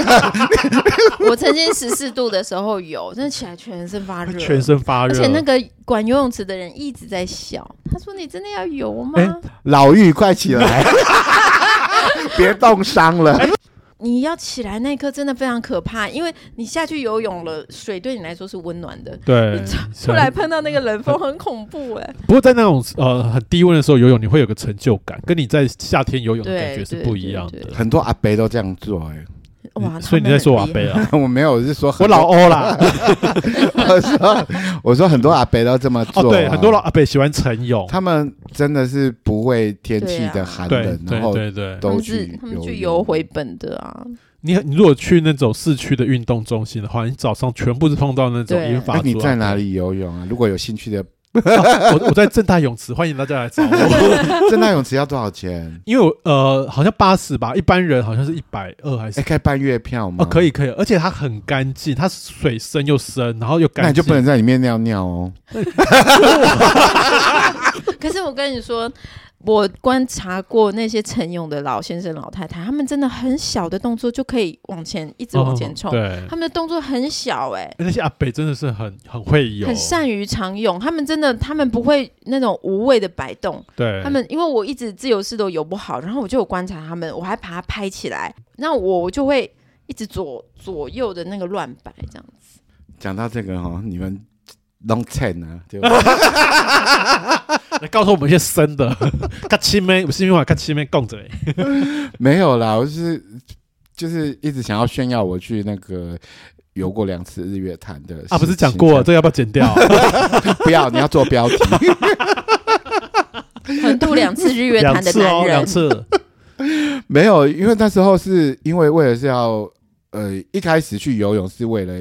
[SPEAKER 1] 我曾经十四度的时候有，真的起来全身发热，
[SPEAKER 2] 全身发
[SPEAKER 1] 而
[SPEAKER 2] 热，
[SPEAKER 1] 且那个管游泳池的人一直在笑，他说：“你真的要游吗？
[SPEAKER 2] 哎
[SPEAKER 3] 老玉，快 起来，别冻伤了。
[SPEAKER 2] 哎
[SPEAKER 1] 你要起来那一刻真的非常可怕，因为你下去游泳了，水对你来说是温暖的，
[SPEAKER 2] 对，
[SPEAKER 1] 出来碰到那个冷风很恐怖哎、
[SPEAKER 2] 不过在那种呃很低温的时候游泳，你会有个成就感，跟你在夏天游泳的感觉是不一样
[SPEAKER 1] 对对
[SPEAKER 2] 的。
[SPEAKER 3] 很多阿伯都这样做、
[SPEAKER 1] 哇！
[SPEAKER 2] 所以你
[SPEAKER 1] 他们
[SPEAKER 2] 在 说我阿
[SPEAKER 1] 很厉害
[SPEAKER 2] 贝啊，
[SPEAKER 3] 哎，我没有，我是说很
[SPEAKER 2] 我老，欧 啦。
[SPEAKER 3] 哦我说 我说很多阿伯都这么
[SPEAKER 2] 哦，
[SPEAKER 3] 做、
[SPEAKER 2] 对，很多老，阿贝喜欢晨泳。
[SPEAKER 3] 他们真的是不畏天气
[SPEAKER 1] 对
[SPEAKER 3] 的
[SPEAKER 1] 啊
[SPEAKER 3] 寒
[SPEAKER 2] 对
[SPEAKER 3] 冷，然
[SPEAKER 2] 对
[SPEAKER 3] 后
[SPEAKER 2] 对对，
[SPEAKER 1] 他
[SPEAKER 3] 都
[SPEAKER 1] 们
[SPEAKER 3] 去
[SPEAKER 1] 是他们去游
[SPEAKER 3] 游
[SPEAKER 1] 回本的啊，
[SPEAKER 2] 你你如果去那种市区的运动中心的话，你早上全部是碰到那种
[SPEAKER 1] 对
[SPEAKER 2] 英
[SPEAKER 3] 那
[SPEAKER 2] 法
[SPEAKER 3] 哎你
[SPEAKER 2] 族啊
[SPEAKER 3] 在
[SPEAKER 2] 阿伯
[SPEAKER 3] 哪里游泳啊？如果有兴趣的，
[SPEAKER 2] 我我在正大泳池，欢迎大家来找 我。
[SPEAKER 3] 正大泳池要多 少钱？
[SPEAKER 2] 因为我呃，好像八十吧，一般人好像是一百二还是
[SPEAKER 3] 哎，？可以办月票
[SPEAKER 2] 哦，
[SPEAKER 3] 吗？
[SPEAKER 2] 可
[SPEAKER 3] 以，
[SPEAKER 2] 以可以，而且它很干净，它水深又深，然后又
[SPEAKER 3] 那
[SPEAKER 2] 干
[SPEAKER 3] 你就
[SPEAKER 2] 净嗯
[SPEAKER 3] 不。能在里面尿尿哦。
[SPEAKER 1] 可是我跟你说，我观察过那些晨泳的老先生、老太太，他们真的很小的动作就可以往前一直往前冲，
[SPEAKER 2] 嗯对，
[SPEAKER 1] 他们的动作很小哎、
[SPEAKER 2] 那些阿北真的是很很会游，
[SPEAKER 1] 很善于常用，他们真的，他们不会那种无谓的摆动。
[SPEAKER 2] 对，
[SPEAKER 1] 他们因为我一直自由式都游不好，然后我就有观察他们，我还把它拍起来，那我就会一直左左右的那个乱摆这样子。
[SPEAKER 3] 讲到这个哈，你们弄蹭啊，对吧？
[SPEAKER 2] 来告诉我们一些深的， 卡七妹，我是因为我卡七妹供着欸，
[SPEAKER 3] 没有啦，我就是就是一直想要炫耀我去那个游过两次日月潭的
[SPEAKER 2] 啊，不是
[SPEAKER 3] 行
[SPEAKER 2] 讲过
[SPEAKER 3] 行程
[SPEAKER 2] 这个要不要剪掉？
[SPEAKER 3] 不要，你要做标题。
[SPEAKER 1] 横渡两次日 月
[SPEAKER 2] 两
[SPEAKER 1] 潭的
[SPEAKER 2] 次哦，
[SPEAKER 1] 男人
[SPEAKER 2] 两，次，
[SPEAKER 3] 没有，因为那时候是因为为了是要呃一开始去游泳是为了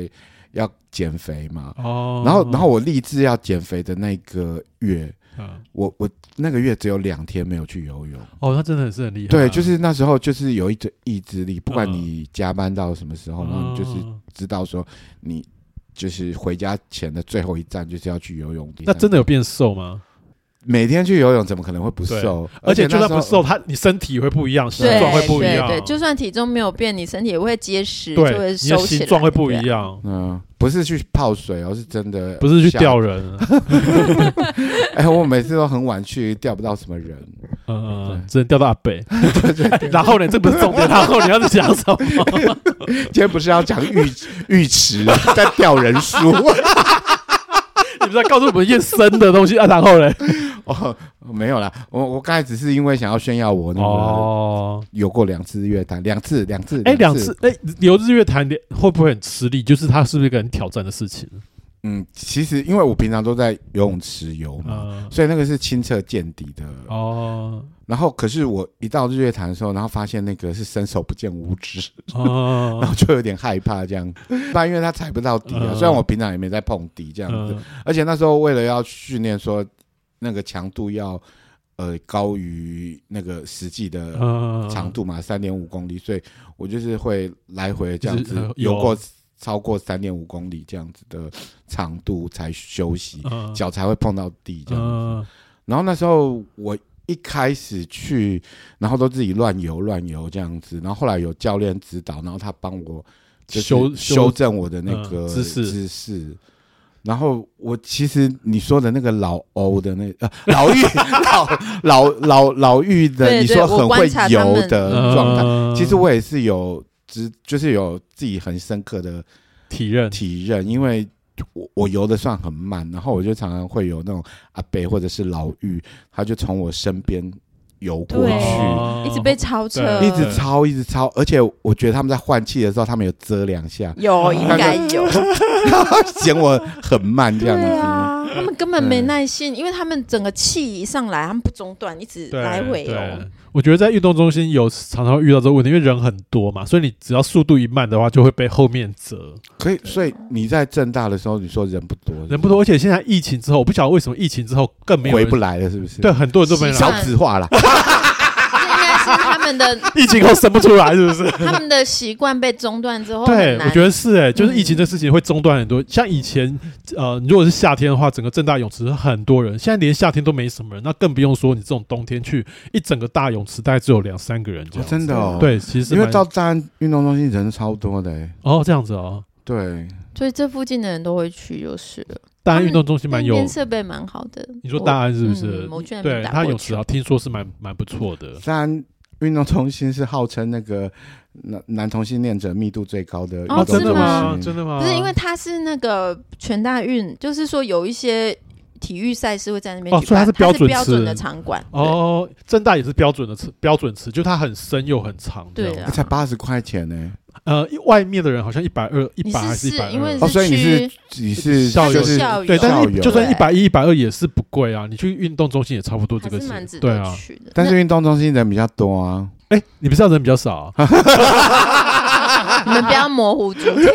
[SPEAKER 3] 要减肥嘛，
[SPEAKER 2] 哦，
[SPEAKER 3] 然后然后我立志要减肥的那个月，
[SPEAKER 2] 嗯，
[SPEAKER 3] 我我那个月只有两天没有去游泳。
[SPEAKER 2] 哦，他真的是很厉害，
[SPEAKER 3] 对，就是那时候就是有一种意志力，不管
[SPEAKER 2] 嗯
[SPEAKER 3] 你加班到什么时候，然后你就是
[SPEAKER 2] 哦
[SPEAKER 3] 知道说你就是回家前的最后一站就是要去游泳。
[SPEAKER 2] 那真的有变瘦吗？
[SPEAKER 3] 每天去游泳怎么可能会不瘦？
[SPEAKER 2] 而且就
[SPEAKER 3] 那
[SPEAKER 2] 算
[SPEAKER 3] 时
[SPEAKER 2] 不
[SPEAKER 3] 候
[SPEAKER 2] 瘦，它你身体会不一样，形
[SPEAKER 1] 对
[SPEAKER 2] 状会不一样，
[SPEAKER 1] 对对，就算体重没有变，你身体也会结实，就
[SPEAKER 2] 对
[SPEAKER 1] 会
[SPEAKER 2] 你
[SPEAKER 1] 收
[SPEAKER 2] 的
[SPEAKER 1] 起来，
[SPEAKER 2] 形状会不一
[SPEAKER 1] 对啊。
[SPEAKER 2] 样，
[SPEAKER 3] 嗯，不是去泡水哦，是真的
[SPEAKER 2] 不是去
[SPEAKER 3] 下
[SPEAKER 2] 钓。人，
[SPEAKER 3] 哎、我每次都很晚去，钓不到什么人。
[SPEAKER 2] 嗯嗯，嗯只能钓到阿 北。然后呢，这不是重点，然后你要是讲什么？
[SPEAKER 3] 今天不是要讲浴浴池 在钓人 书
[SPEAKER 2] 你不是要告诉我们一些深的东西啊？然后嘞，
[SPEAKER 3] 哦？没有啦，我我刚才只是因为想要炫耀我那个、
[SPEAKER 2] 哦，
[SPEAKER 3] 有过两次乐坛，两次两次，
[SPEAKER 2] 哎，两次，哎，留日月潭你会不会很吃力？就是它是不是一个很挑战的事情？
[SPEAKER 3] 嗯，其实因为我平常都在游泳池游嘛，
[SPEAKER 2] 嗯，
[SPEAKER 3] 所以那个是清澈见底的。
[SPEAKER 2] 哦，
[SPEAKER 3] 然后可是我一到日月潭的时候，然后发现那个是伸手不见五指， 然
[SPEAKER 2] 哦
[SPEAKER 3] 后，就有点害怕这样。那因为它踩不到底啊，
[SPEAKER 2] 嗯
[SPEAKER 3] 虽然我平常也没在碰底这样子，
[SPEAKER 2] 嗯，
[SPEAKER 3] 而且那时候为了要训练说那个强度要呃高于那个实际的
[SPEAKER 2] 嗯
[SPEAKER 3] 呃长，度嘛，三点五公里，所以我就是会来回这样
[SPEAKER 2] 就是
[SPEAKER 3] 子
[SPEAKER 2] 呃
[SPEAKER 3] 游
[SPEAKER 2] 有
[SPEAKER 3] 过超过三点五公里这样子的长度才休息，
[SPEAKER 2] 嗯
[SPEAKER 3] 脚才会碰到地这样。
[SPEAKER 2] 嗯
[SPEAKER 3] 然后那时候我。一开始去，然后都自己乱游乱游这样子，然后后来有教练指导，然后他帮我就是
[SPEAKER 2] 修
[SPEAKER 3] 修正我的那个
[SPEAKER 2] 嗯姿势
[SPEAKER 3] 姿势。然后我其实你说的那个老欧的那呃 老玉老老老老玉的，
[SPEAKER 1] 对
[SPEAKER 3] 你
[SPEAKER 1] 对
[SPEAKER 3] 说很
[SPEAKER 1] 我观
[SPEAKER 3] 会
[SPEAKER 1] 察他
[SPEAKER 3] 游
[SPEAKER 1] 们
[SPEAKER 2] 呃
[SPEAKER 3] 的呃状态，
[SPEAKER 2] 态
[SPEAKER 3] 其实我也是有知，就是有自己很深刻的
[SPEAKER 2] 体认，
[SPEAKER 3] 体认，因为我我游的算很慢，然后我就常常会有那种阿北或者是老玉，他就从我身边游过
[SPEAKER 1] 对
[SPEAKER 3] 去。
[SPEAKER 2] 哦
[SPEAKER 1] 一直被超车，
[SPEAKER 2] 对
[SPEAKER 3] 一直超，一直超，而且我觉得他们在换气的时候，他们有遮 两下，
[SPEAKER 1] 有应该有，
[SPEAKER 3] 嫌我很慢这样
[SPEAKER 1] 对
[SPEAKER 3] 子。
[SPEAKER 1] 啊，他们根本没
[SPEAKER 3] 对
[SPEAKER 1] 耐性，因为他们整个气一上来，他们不中断，一直
[SPEAKER 2] 对
[SPEAKER 1] 来回
[SPEAKER 2] 对
[SPEAKER 1] 哦。
[SPEAKER 2] 我觉得在运动中心有常常会遇到这个问题，因为人很多嘛，所以你只要速度一慢的话，就会被后面折。
[SPEAKER 3] 可以，所以你在正大的时候，你说人不多，
[SPEAKER 2] 人不多，而且现在疫情之后，我不晓得为什么疫情之后更没有
[SPEAKER 3] 回
[SPEAKER 2] 人
[SPEAKER 3] 不来了，是不是？
[SPEAKER 2] 对，，很多人都 没有
[SPEAKER 1] 习
[SPEAKER 2] 来
[SPEAKER 1] 惯
[SPEAKER 3] 少子化啦。
[SPEAKER 1] 这应该是他们的
[SPEAKER 2] 疫情后生不出来，是不是？
[SPEAKER 1] 他们的习惯被中断之后哦
[SPEAKER 2] 对，
[SPEAKER 1] 很
[SPEAKER 2] 我
[SPEAKER 1] 难
[SPEAKER 2] 觉得是哎、就是
[SPEAKER 1] 嗯
[SPEAKER 2] 疫情这事情会中断很多。像以前，呃，如果是夏天的话，整个正大泳池很多人，现在连夏天都没什么人，那更不用说你这种冬天去一整个大泳池，大概只有两三个人这
[SPEAKER 3] 哦
[SPEAKER 2] 样子。
[SPEAKER 3] 真的哦，，
[SPEAKER 2] 对，其实
[SPEAKER 3] 因为
[SPEAKER 2] 蛮
[SPEAKER 3] 到大安运动中心人超多的、欸，
[SPEAKER 2] 哦这样子哦，
[SPEAKER 3] 对，
[SPEAKER 1] 所以这附近的人都会去，就是了。
[SPEAKER 2] 大
[SPEAKER 1] 他
[SPEAKER 2] 安
[SPEAKER 1] 们
[SPEAKER 2] 运动中心蛮
[SPEAKER 1] 那
[SPEAKER 2] 有
[SPEAKER 1] 边设备蛮好的。
[SPEAKER 2] 你说
[SPEAKER 1] 我
[SPEAKER 2] 大安是不是？
[SPEAKER 1] 嗯我居然没
[SPEAKER 2] 对，
[SPEAKER 1] 打
[SPEAKER 2] 它
[SPEAKER 1] 过
[SPEAKER 2] 泳池
[SPEAKER 1] 球
[SPEAKER 2] 啊，听说是蛮蛮不错的。
[SPEAKER 3] 大安运动中心是号称那个男男同性恋者密度最高的运
[SPEAKER 1] 哦
[SPEAKER 3] 动中
[SPEAKER 2] 真
[SPEAKER 1] 是
[SPEAKER 2] 的吗？
[SPEAKER 3] 心，
[SPEAKER 2] 真的吗？
[SPEAKER 1] 不是因为它是那个全大运，就是说有一些体育赛事会在那边
[SPEAKER 2] 哦
[SPEAKER 1] 举
[SPEAKER 2] 所以它
[SPEAKER 1] 办它
[SPEAKER 2] 是标
[SPEAKER 1] 是
[SPEAKER 2] 准
[SPEAKER 1] 标
[SPEAKER 2] 池
[SPEAKER 1] 准的场馆。
[SPEAKER 2] 哦，正大也是标准的池，标准池，就它很深又很长这
[SPEAKER 1] 对
[SPEAKER 2] 样。
[SPEAKER 1] 啊
[SPEAKER 3] 欸才八十块钱呢、
[SPEAKER 2] 呃，外面的人好像一百二、一
[SPEAKER 1] 你
[SPEAKER 2] 百
[SPEAKER 1] 是
[SPEAKER 2] 还是一
[SPEAKER 1] 是
[SPEAKER 2] 百
[SPEAKER 1] 因为
[SPEAKER 2] 二。
[SPEAKER 3] 哦，所以你是
[SPEAKER 1] 是
[SPEAKER 3] 你是
[SPEAKER 2] 校友
[SPEAKER 3] 就是
[SPEAKER 1] 校友
[SPEAKER 2] 对，但
[SPEAKER 3] 校
[SPEAKER 2] 是
[SPEAKER 3] 友
[SPEAKER 2] 一就算一
[SPEAKER 1] 对
[SPEAKER 2] 百一、一百二也是不贵啊。你去运动中心也差不多
[SPEAKER 1] 对，还
[SPEAKER 2] 这个
[SPEAKER 1] 是
[SPEAKER 2] 钱
[SPEAKER 1] 蛮值，
[SPEAKER 2] 对
[SPEAKER 1] 得
[SPEAKER 2] 啊。
[SPEAKER 1] 去的。
[SPEAKER 3] 但
[SPEAKER 1] 那
[SPEAKER 3] 是运动中心人比较多啊，
[SPEAKER 2] 哎，你不是要人比较少啊，
[SPEAKER 1] 你们不要模糊主 题。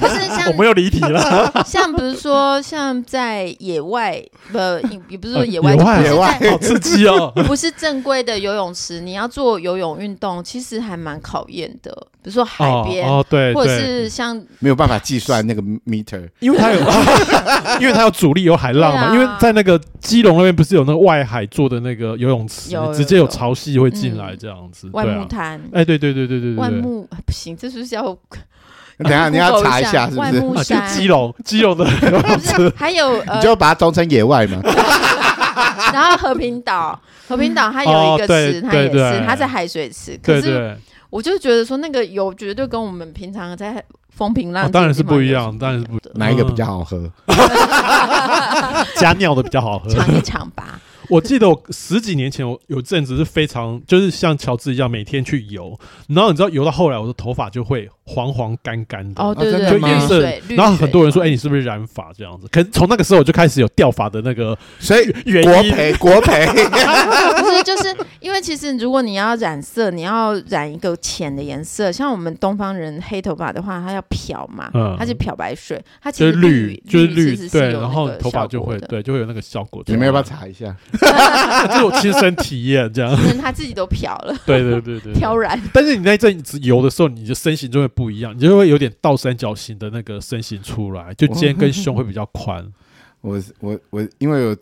[SPEAKER 1] 可是
[SPEAKER 2] 我们
[SPEAKER 1] 像
[SPEAKER 2] 又离题了。
[SPEAKER 1] 像比如说像在野外，不也也不是说野
[SPEAKER 2] 呃
[SPEAKER 1] 外，
[SPEAKER 2] 野外
[SPEAKER 1] 就是在
[SPEAKER 2] 好刺激哦！
[SPEAKER 1] 不是正规的游泳池，你要做游泳运动，其实还蛮考验的。比如说海
[SPEAKER 2] 哦
[SPEAKER 1] 边，
[SPEAKER 2] 哦，对，
[SPEAKER 1] 或者
[SPEAKER 2] 对
[SPEAKER 1] 是像
[SPEAKER 3] 没有办法计算那个 meter，
[SPEAKER 2] 因为它有，因为它有阻力有海浪
[SPEAKER 1] 对
[SPEAKER 2] 嘛。
[SPEAKER 1] 啊
[SPEAKER 2] 因为在那个基隆那边不是有那个外海做的那个游泳池，
[SPEAKER 1] 有有
[SPEAKER 2] 直接有
[SPEAKER 1] 有
[SPEAKER 2] 潮汐会进来这样子。
[SPEAKER 1] 万
[SPEAKER 2] 对
[SPEAKER 1] 木
[SPEAKER 2] 啊，
[SPEAKER 1] 滩、
[SPEAKER 2] 哎，对对对对对
[SPEAKER 1] 万
[SPEAKER 2] 对对。
[SPEAKER 1] 木 不行，这是不是要
[SPEAKER 3] 等一下你要
[SPEAKER 1] Google
[SPEAKER 3] 查一
[SPEAKER 1] 下
[SPEAKER 3] 下是不
[SPEAKER 1] 万
[SPEAKER 3] 是？
[SPEAKER 1] 木
[SPEAKER 2] 啊，就
[SPEAKER 1] 山，
[SPEAKER 2] 基隆，基隆的游泳
[SPEAKER 1] 不是
[SPEAKER 2] 池，
[SPEAKER 1] 还有
[SPEAKER 3] 你
[SPEAKER 1] 呃，
[SPEAKER 3] 就把它当成野外 嘛，
[SPEAKER 1] 然后和平岛，和平岛它有
[SPEAKER 2] 哦
[SPEAKER 1] 一个
[SPEAKER 2] 对
[SPEAKER 1] 池，它
[SPEAKER 2] 对
[SPEAKER 1] 也
[SPEAKER 2] 对
[SPEAKER 1] 是它是海水池，可
[SPEAKER 2] 对
[SPEAKER 1] 是
[SPEAKER 2] 对，
[SPEAKER 1] 我就觉得说那个油绝对跟我们平常在风平浪
[SPEAKER 2] 哦
[SPEAKER 1] 静
[SPEAKER 2] 当然
[SPEAKER 1] 的
[SPEAKER 2] 是
[SPEAKER 1] 地方
[SPEAKER 2] 不一
[SPEAKER 1] 有
[SPEAKER 2] 样
[SPEAKER 1] 什
[SPEAKER 2] 当然
[SPEAKER 1] 么
[SPEAKER 2] 是
[SPEAKER 1] 不
[SPEAKER 3] 哪一个比较好
[SPEAKER 2] 嗯
[SPEAKER 3] 喝？
[SPEAKER 2] 加尿的比较好喝。
[SPEAKER 1] 尝一尝吧。
[SPEAKER 2] 我记得我十几年前，我有阵子是非常，就是像乔治一样每天去游，然后你知道游到后来，我的头发就会黄黄干干的，
[SPEAKER 1] 哦，对
[SPEAKER 3] 真
[SPEAKER 1] 对
[SPEAKER 3] 的
[SPEAKER 2] 就
[SPEAKER 1] 对，
[SPEAKER 3] 吗
[SPEAKER 2] 颜
[SPEAKER 1] 绿
[SPEAKER 2] 色
[SPEAKER 1] 水，。绿
[SPEAKER 2] 然后很多人说：“哎、
[SPEAKER 1] 水
[SPEAKER 2] 你是不是染发这样子？”可是从那个时候我就开始有掉发的那个
[SPEAKER 3] 所以
[SPEAKER 2] 原
[SPEAKER 3] 国
[SPEAKER 2] 因。
[SPEAKER 3] 培国培，
[SPEAKER 2] 啊
[SPEAKER 1] 不是，就是因为其实如果你要染色，你要染一个浅的颜色，像我们东方人黑头发的话，它要漂嘛，
[SPEAKER 2] 嗯
[SPEAKER 1] 它是漂白水，它其
[SPEAKER 2] 就
[SPEAKER 1] 实
[SPEAKER 2] 是绿，就是
[SPEAKER 1] 绿
[SPEAKER 2] 绿
[SPEAKER 1] 其实，是
[SPEAKER 2] 对，
[SPEAKER 1] 有
[SPEAKER 2] 然
[SPEAKER 1] 那
[SPEAKER 2] 后
[SPEAKER 1] 个
[SPEAKER 2] 头发
[SPEAKER 1] 效
[SPEAKER 2] 就
[SPEAKER 1] 果
[SPEAKER 2] 会
[SPEAKER 1] 的，
[SPEAKER 2] 对，就会有那个效果。
[SPEAKER 3] 你们要不要？查一下？
[SPEAKER 2] 这是我亲身体验，这样。
[SPEAKER 1] 可能他自己都漂了，
[SPEAKER 2] 对对对对对。
[SPEAKER 1] 漂染。
[SPEAKER 2] 但是你那一阵子游的时候，你的身形就会不一样，你就会有点倒三角形的那个身形出来，就肩跟胸会比较宽。
[SPEAKER 3] 我我我，因为有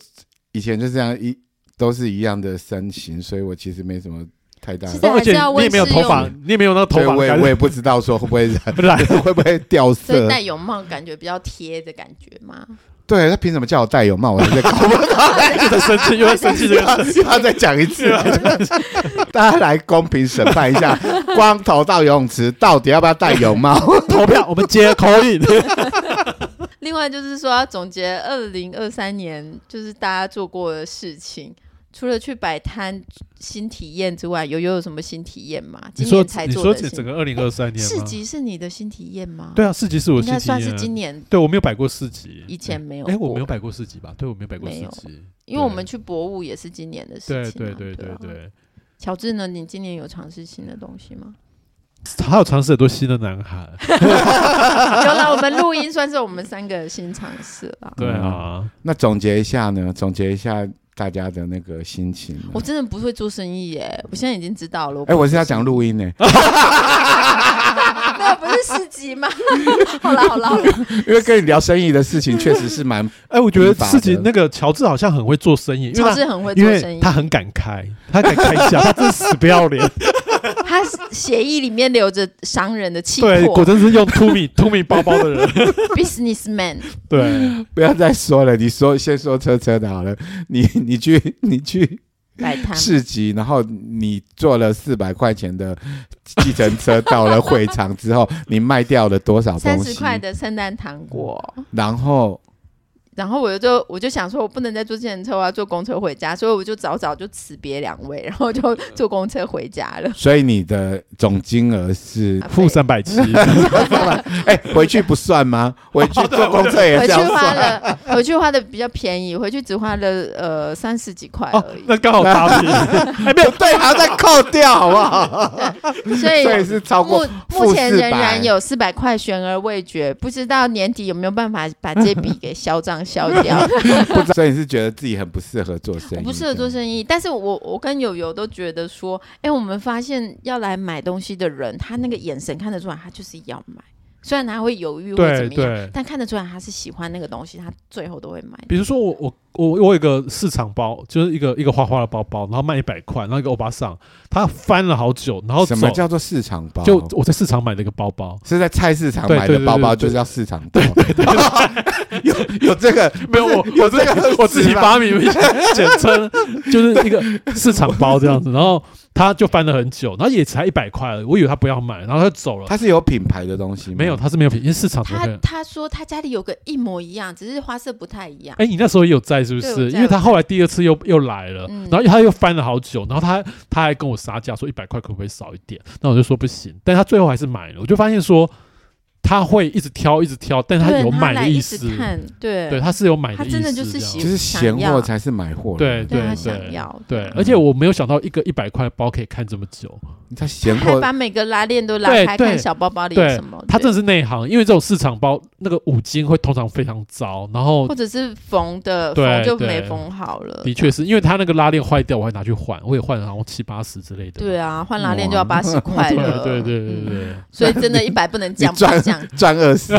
[SPEAKER 3] 以前就这样一都是一样的身形，所以我其实没什么太大
[SPEAKER 1] 是这
[SPEAKER 2] 哦
[SPEAKER 3] 的。
[SPEAKER 1] 样
[SPEAKER 2] 而且
[SPEAKER 1] 还是要
[SPEAKER 2] 你也没有
[SPEAKER 1] 温室
[SPEAKER 2] 头发，
[SPEAKER 3] 用
[SPEAKER 2] 你也没有那个头
[SPEAKER 3] 对，
[SPEAKER 2] 发
[SPEAKER 3] 我也
[SPEAKER 2] 感
[SPEAKER 3] 我
[SPEAKER 2] 觉
[SPEAKER 3] 也不知道说会不会染
[SPEAKER 2] 染
[SPEAKER 3] 会不会掉
[SPEAKER 1] 所以
[SPEAKER 3] 色。
[SPEAKER 1] 戴泳帽感觉比较贴的感觉嘛。
[SPEAKER 3] 对他凭什么叫我戴泳帽？我还在 搞 不
[SPEAKER 2] 又在生气，又在生气这个
[SPEAKER 1] 啊
[SPEAKER 2] 事。
[SPEAKER 3] 懂，他再讲一次。大家来公平审判一下，光头到游泳池到底要不要戴泳帽？
[SPEAKER 2] 投票，我们接口 音。
[SPEAKER 1] 另外就是说，要总结二零二三年，就是大家做过的事情，除了去摆摊新体验之外，有有有什么新体验吗？
[SPEAKER 2] 你
[SPEAKER 1] 今
[SPEAKER 2] 说
[SPEAKER 1] 年才
[SPEAKER 2] 你
[SPEAKER 1] 做
[SPEAKER 2] 说
[SPEAKER 1] 的
[SPEAKER 2] 这
[SPEAKER 1] 事
[SPEAKER 2] 整
[SPEAKER 1] 情，
[SPEAKER 2] 个二零二三年
[SPEAKER 1] 市
[SPEAKER 2] 吗？
[SPEAKER 1] 集是你的新体验吗？
[SPEAKER 2] 对，啊，市集是我
[SPEAKER 1] 应该
[SPEAKER 2] 新
[SPEAKER 1] 算
[SPEAKER 2] 体
[SPEAKER 1] 是今
[SPEAKER 2] 验。
[SPEAKER 1] 年
[SPEAKER 2] 对我没有摆过市集，
[SPEAKER 1] 以前没有过。
[SPEAKER 2] 哎，我没有摆过市集吧？对，我没有摆过
[SPEAKER 1] 没
[SPEAKER 2] 市
[SPEAKER 1] 有
[SPEAKER 2] 集。
[SPEAKER 1] 因为我们去博物也是今年的事
[SPEAKER 2] 对
[SPEAKER 1] 情、啊。
[SPEAKER 2] 对对对
[SPEAKER 1] 啊。
[SPEAKER 2] 对，
[SPEAKER 1] 乔治呢？你今年有尝试新的东西吗？
[SPEAKER 2] 还有尝试很多新的男孩。
[SPEAKER 1] 有了，我们录音算是我们三个新尝试了。
[SPEAKER 2] 对
[SPEAKER 1] 嗯
[SPEAKER 2] 啊，
[SPEAKER 3] 那总结一下呢？总结一下大家的那个心情呢。
[SPEAKER 1] 我真的不会做生意耶，我现在已经知道了。
[SPEAKER 3] 哎、我是要讲录音呢、
[SPEAKER 1] 没有，不是市集吗？好了好了好了，
[SPEAKER 3] 因为跟你聊生意的事情确实是蛮……
[SPEAKER 2] 哎，我觉得
[SPEAKER 3] 立法
[SPEAKER 2] 市集
[SPEAKER 3] 的
[SPEAKER 2] 那个乔治好像很会做生意，因为
[SPEAKER 1] 乔
[SPEAKER 2] 他
[SPEAKER 1] 治很会
[SPEAKER 2] 因
[SPEAKER 1] 做生
[SPEAKER 2] 为
[SPEAKER 1] 意，
[SPEAKER 2] 他很敢开，他敢开 价，他真死不要脸。
[SPEAKER 1] 他协议里面留着商人的气
[SPEAKER 2] 对，果
[SPEAKER 1] 魄
[SPEAKER 2] 真是用 to me to me 包包的人。
[SPEAKER 1] ，businessman。
[SPEAKER 2] 对，
[SPEAKER 3] 不要再说了，你说先说车车的好了。你你去你去
[SPEAKER 1] 摆摊，
[SPEAKER 3] 市集，然后你坐了四百块钱的计程车到了会场之后，你卖掉了多少
[SPEAKER 1] 三
[SPEAKER 3] 东
[SPEAKER 1] 十
[SPEAKER 3] 西？嗯
[SPEAKER 1] 块的圣诞糖果。
[SPEAKER 3] 然后
[SPEAKER 1] 然后我就我就想说，我不能再坐计程车，我要坐公车回家，所以我就早早就辞别两位，然后就坐公车回家了。
[SPEAKER 3] 所以你的总金额 是
[SPEAKER 1] 啊
[SPEAKER 2] 负三百七，
[SPEAKER 3] 哎、回去不算吗？回去坐公车也
[SPEAKER 1] 回
[SPEAKER 3] 这
[SPEAKER 1] 去
[SPEAKER 3] 样
[SPEAKER 1] 花
[SPEAKER 3] 算。
[SPEAKER 1] 了，回去花的比较便宜，回去只花了呃三十几块
[SPEAKER 2] 哦
[SPEAKER 1] 而已，，
[SPEAKER 2] 那刚 好搭配。哎，没有，
[SPEAKER 3] 对，还要再扣掉，好不好？
[SPEAKER 1] 所以
[SPEAKER 3] 所以是超过
[SPEAKER 1] 目目前
[SPEAKER 3] 负400
[SPEAKER 1] 仍然有四百块悬而未决，不知道年底有没有办法把这笔给销账销掉。
[SPEAKER 3] 不知道，所以你是觉得自己很不适合做生意，
[SPEAKER 1] 我 不适合做
[SPEAKER 3] 意。
[SPEAKER 1] 生意，但是我我跟友友都觉得说，哎、我们发现要来买东西的人，他那个眼神看得出来，他就是要买，虽然他会犹豫或怎
[SPEAKER 2] 对
[SPEAKER 1] 么样，
[SPEAKER 2] 对。
[SPEAKER 1] 但看得出来他是喜欢那个东西，他最后都会买。
[SPEAKER 2] 比如说我我我我有一个市场包，就是一个一个花花的包包，然后卖一百块，然后一个欧巴桑他翻了好久，然后
[SPEAKER 3] 什
[SPEAKER 2] 走
[SPEAKER 3] 么叫做市场包？
[SPEAKER 2] 就我在市场买了一个包 包，
[SPEAKER 3] 是在菜市场
[SPEAKER 2] 对
[SPEAKER 3] 买
[SPEAKER 2] 对
[SPEAKER 3] 的
[SPEAKER 2] 对
[SPEAKER 3] 包包，
[SPEAKER 2] 对
[SPEAKER 3] 就是叫市场包。有 有这个
[SPEAKER 2] 没有我
[SPEAKER 3] 有这个
[SPEAKER 2] 我自己发明简 称，就是一个市场包这样子，然后他就翻了很久，然后也才一百块而已，我以为他不要买，然后他就走了，
[SPEAKER 3] 它是有品牌的东西吗？
[SPEAKER 2] 没有，他是没有品，因为市场不
[SPEAKER 1] 他
[SPEAKER 2] 会。
[SPEAKER 1] 他说他家里有个一模一样，只是花色不太一样。
[SPEAKER 2] 哎，你那时候也有在是不
[SPEAKER 1] 对
[SPEAKER 2] 是
[SPEAKER 1] 我？在
[SPEAKER 2] 因为他后来第二次又又来了，
[SPEAKER 1] 嗯
[SPEAKER 2] 然后他又翻了好久，然后他他还跟我杀价说一百块可不可以少一点，那我就说不行，但他最后还是买了，我就发现说他会一直挑一直挑，但哎他
[SPEAKER 1] 对
[SPEAKER 2] 有买的
[SPEAKER 1] 来
[SPEAKER 2] 意
[SPEAKER 1] 一直
[SPEAKER 2] 思，
[SPEAKER 1] 看，对
[SPEAKER 2] 对，他是有买的
[SPEAKER 1] 他
[SPEAKER 2] 意思，
[SPEAKER 1] 真的就是喜
[SPEAKER 2] 这
[SPEAKER 1] 欢
[SPEAKER 3] 就
[SPEAKER 2] 样
[SPEAKER 3] 是闲货才是买货。
[SPEAKER 2] 对
[SPEAKER 1] 对他
[SPEAKER 2] 对
[SPEAKER 1] 想要，
[SPEAKER 2] 对，而且我没有想到一个一百块包可以看这么久，
[SPEAKER 3] 它闲
[SPEAKER 1] 还
[SPEAKER 3] 货
[SPEAKER 1] 把每个拉链都拉
[SPEAKER 2] 对
[SPEAKER 1] 开，
[SPEAKER 2] 对
[SPEAKER 1] 看小包包里有
[SPEAKER 2] 对
[SPEAKER 1] 什么。
[SPEAKER 2] 他
[SPEAKER 1] 对
[SPEAKER 2] 真的是内行，因为这种市场包那个五金会通常非常糟，然后
[SPEAKER 1] 或者是缝的
[SPEAKER 2] 对
[SPEAKER 1] 缝就
[SPEAKER 2] 对
[SPEAKER 1] 没缝好了。
[SPEAKER 2] 的确是因为他那个拉链坏掉，我还拿去换，我也换了然后七八十之类的，
[SPEAKER 1] 对啊，换拉链
[SPEAKER 3] 哇
[SPEAKER 1] 就要八 十块
[SPEAKER 2] 对
[SPEAKER 1] 了。
[SPEAKER 2] 对对对
[SPEAKER 1] 嗯
[SPEAKER 2] 对，
[SPEAKER 1] 所以真的一百不能降，
[SPEAKER 3] 你
[SPEAKER 1] 不
[SPEAKER 3] 赚
[SPEAKER 1] 能降。
[SPEAKER 3] 赚二十，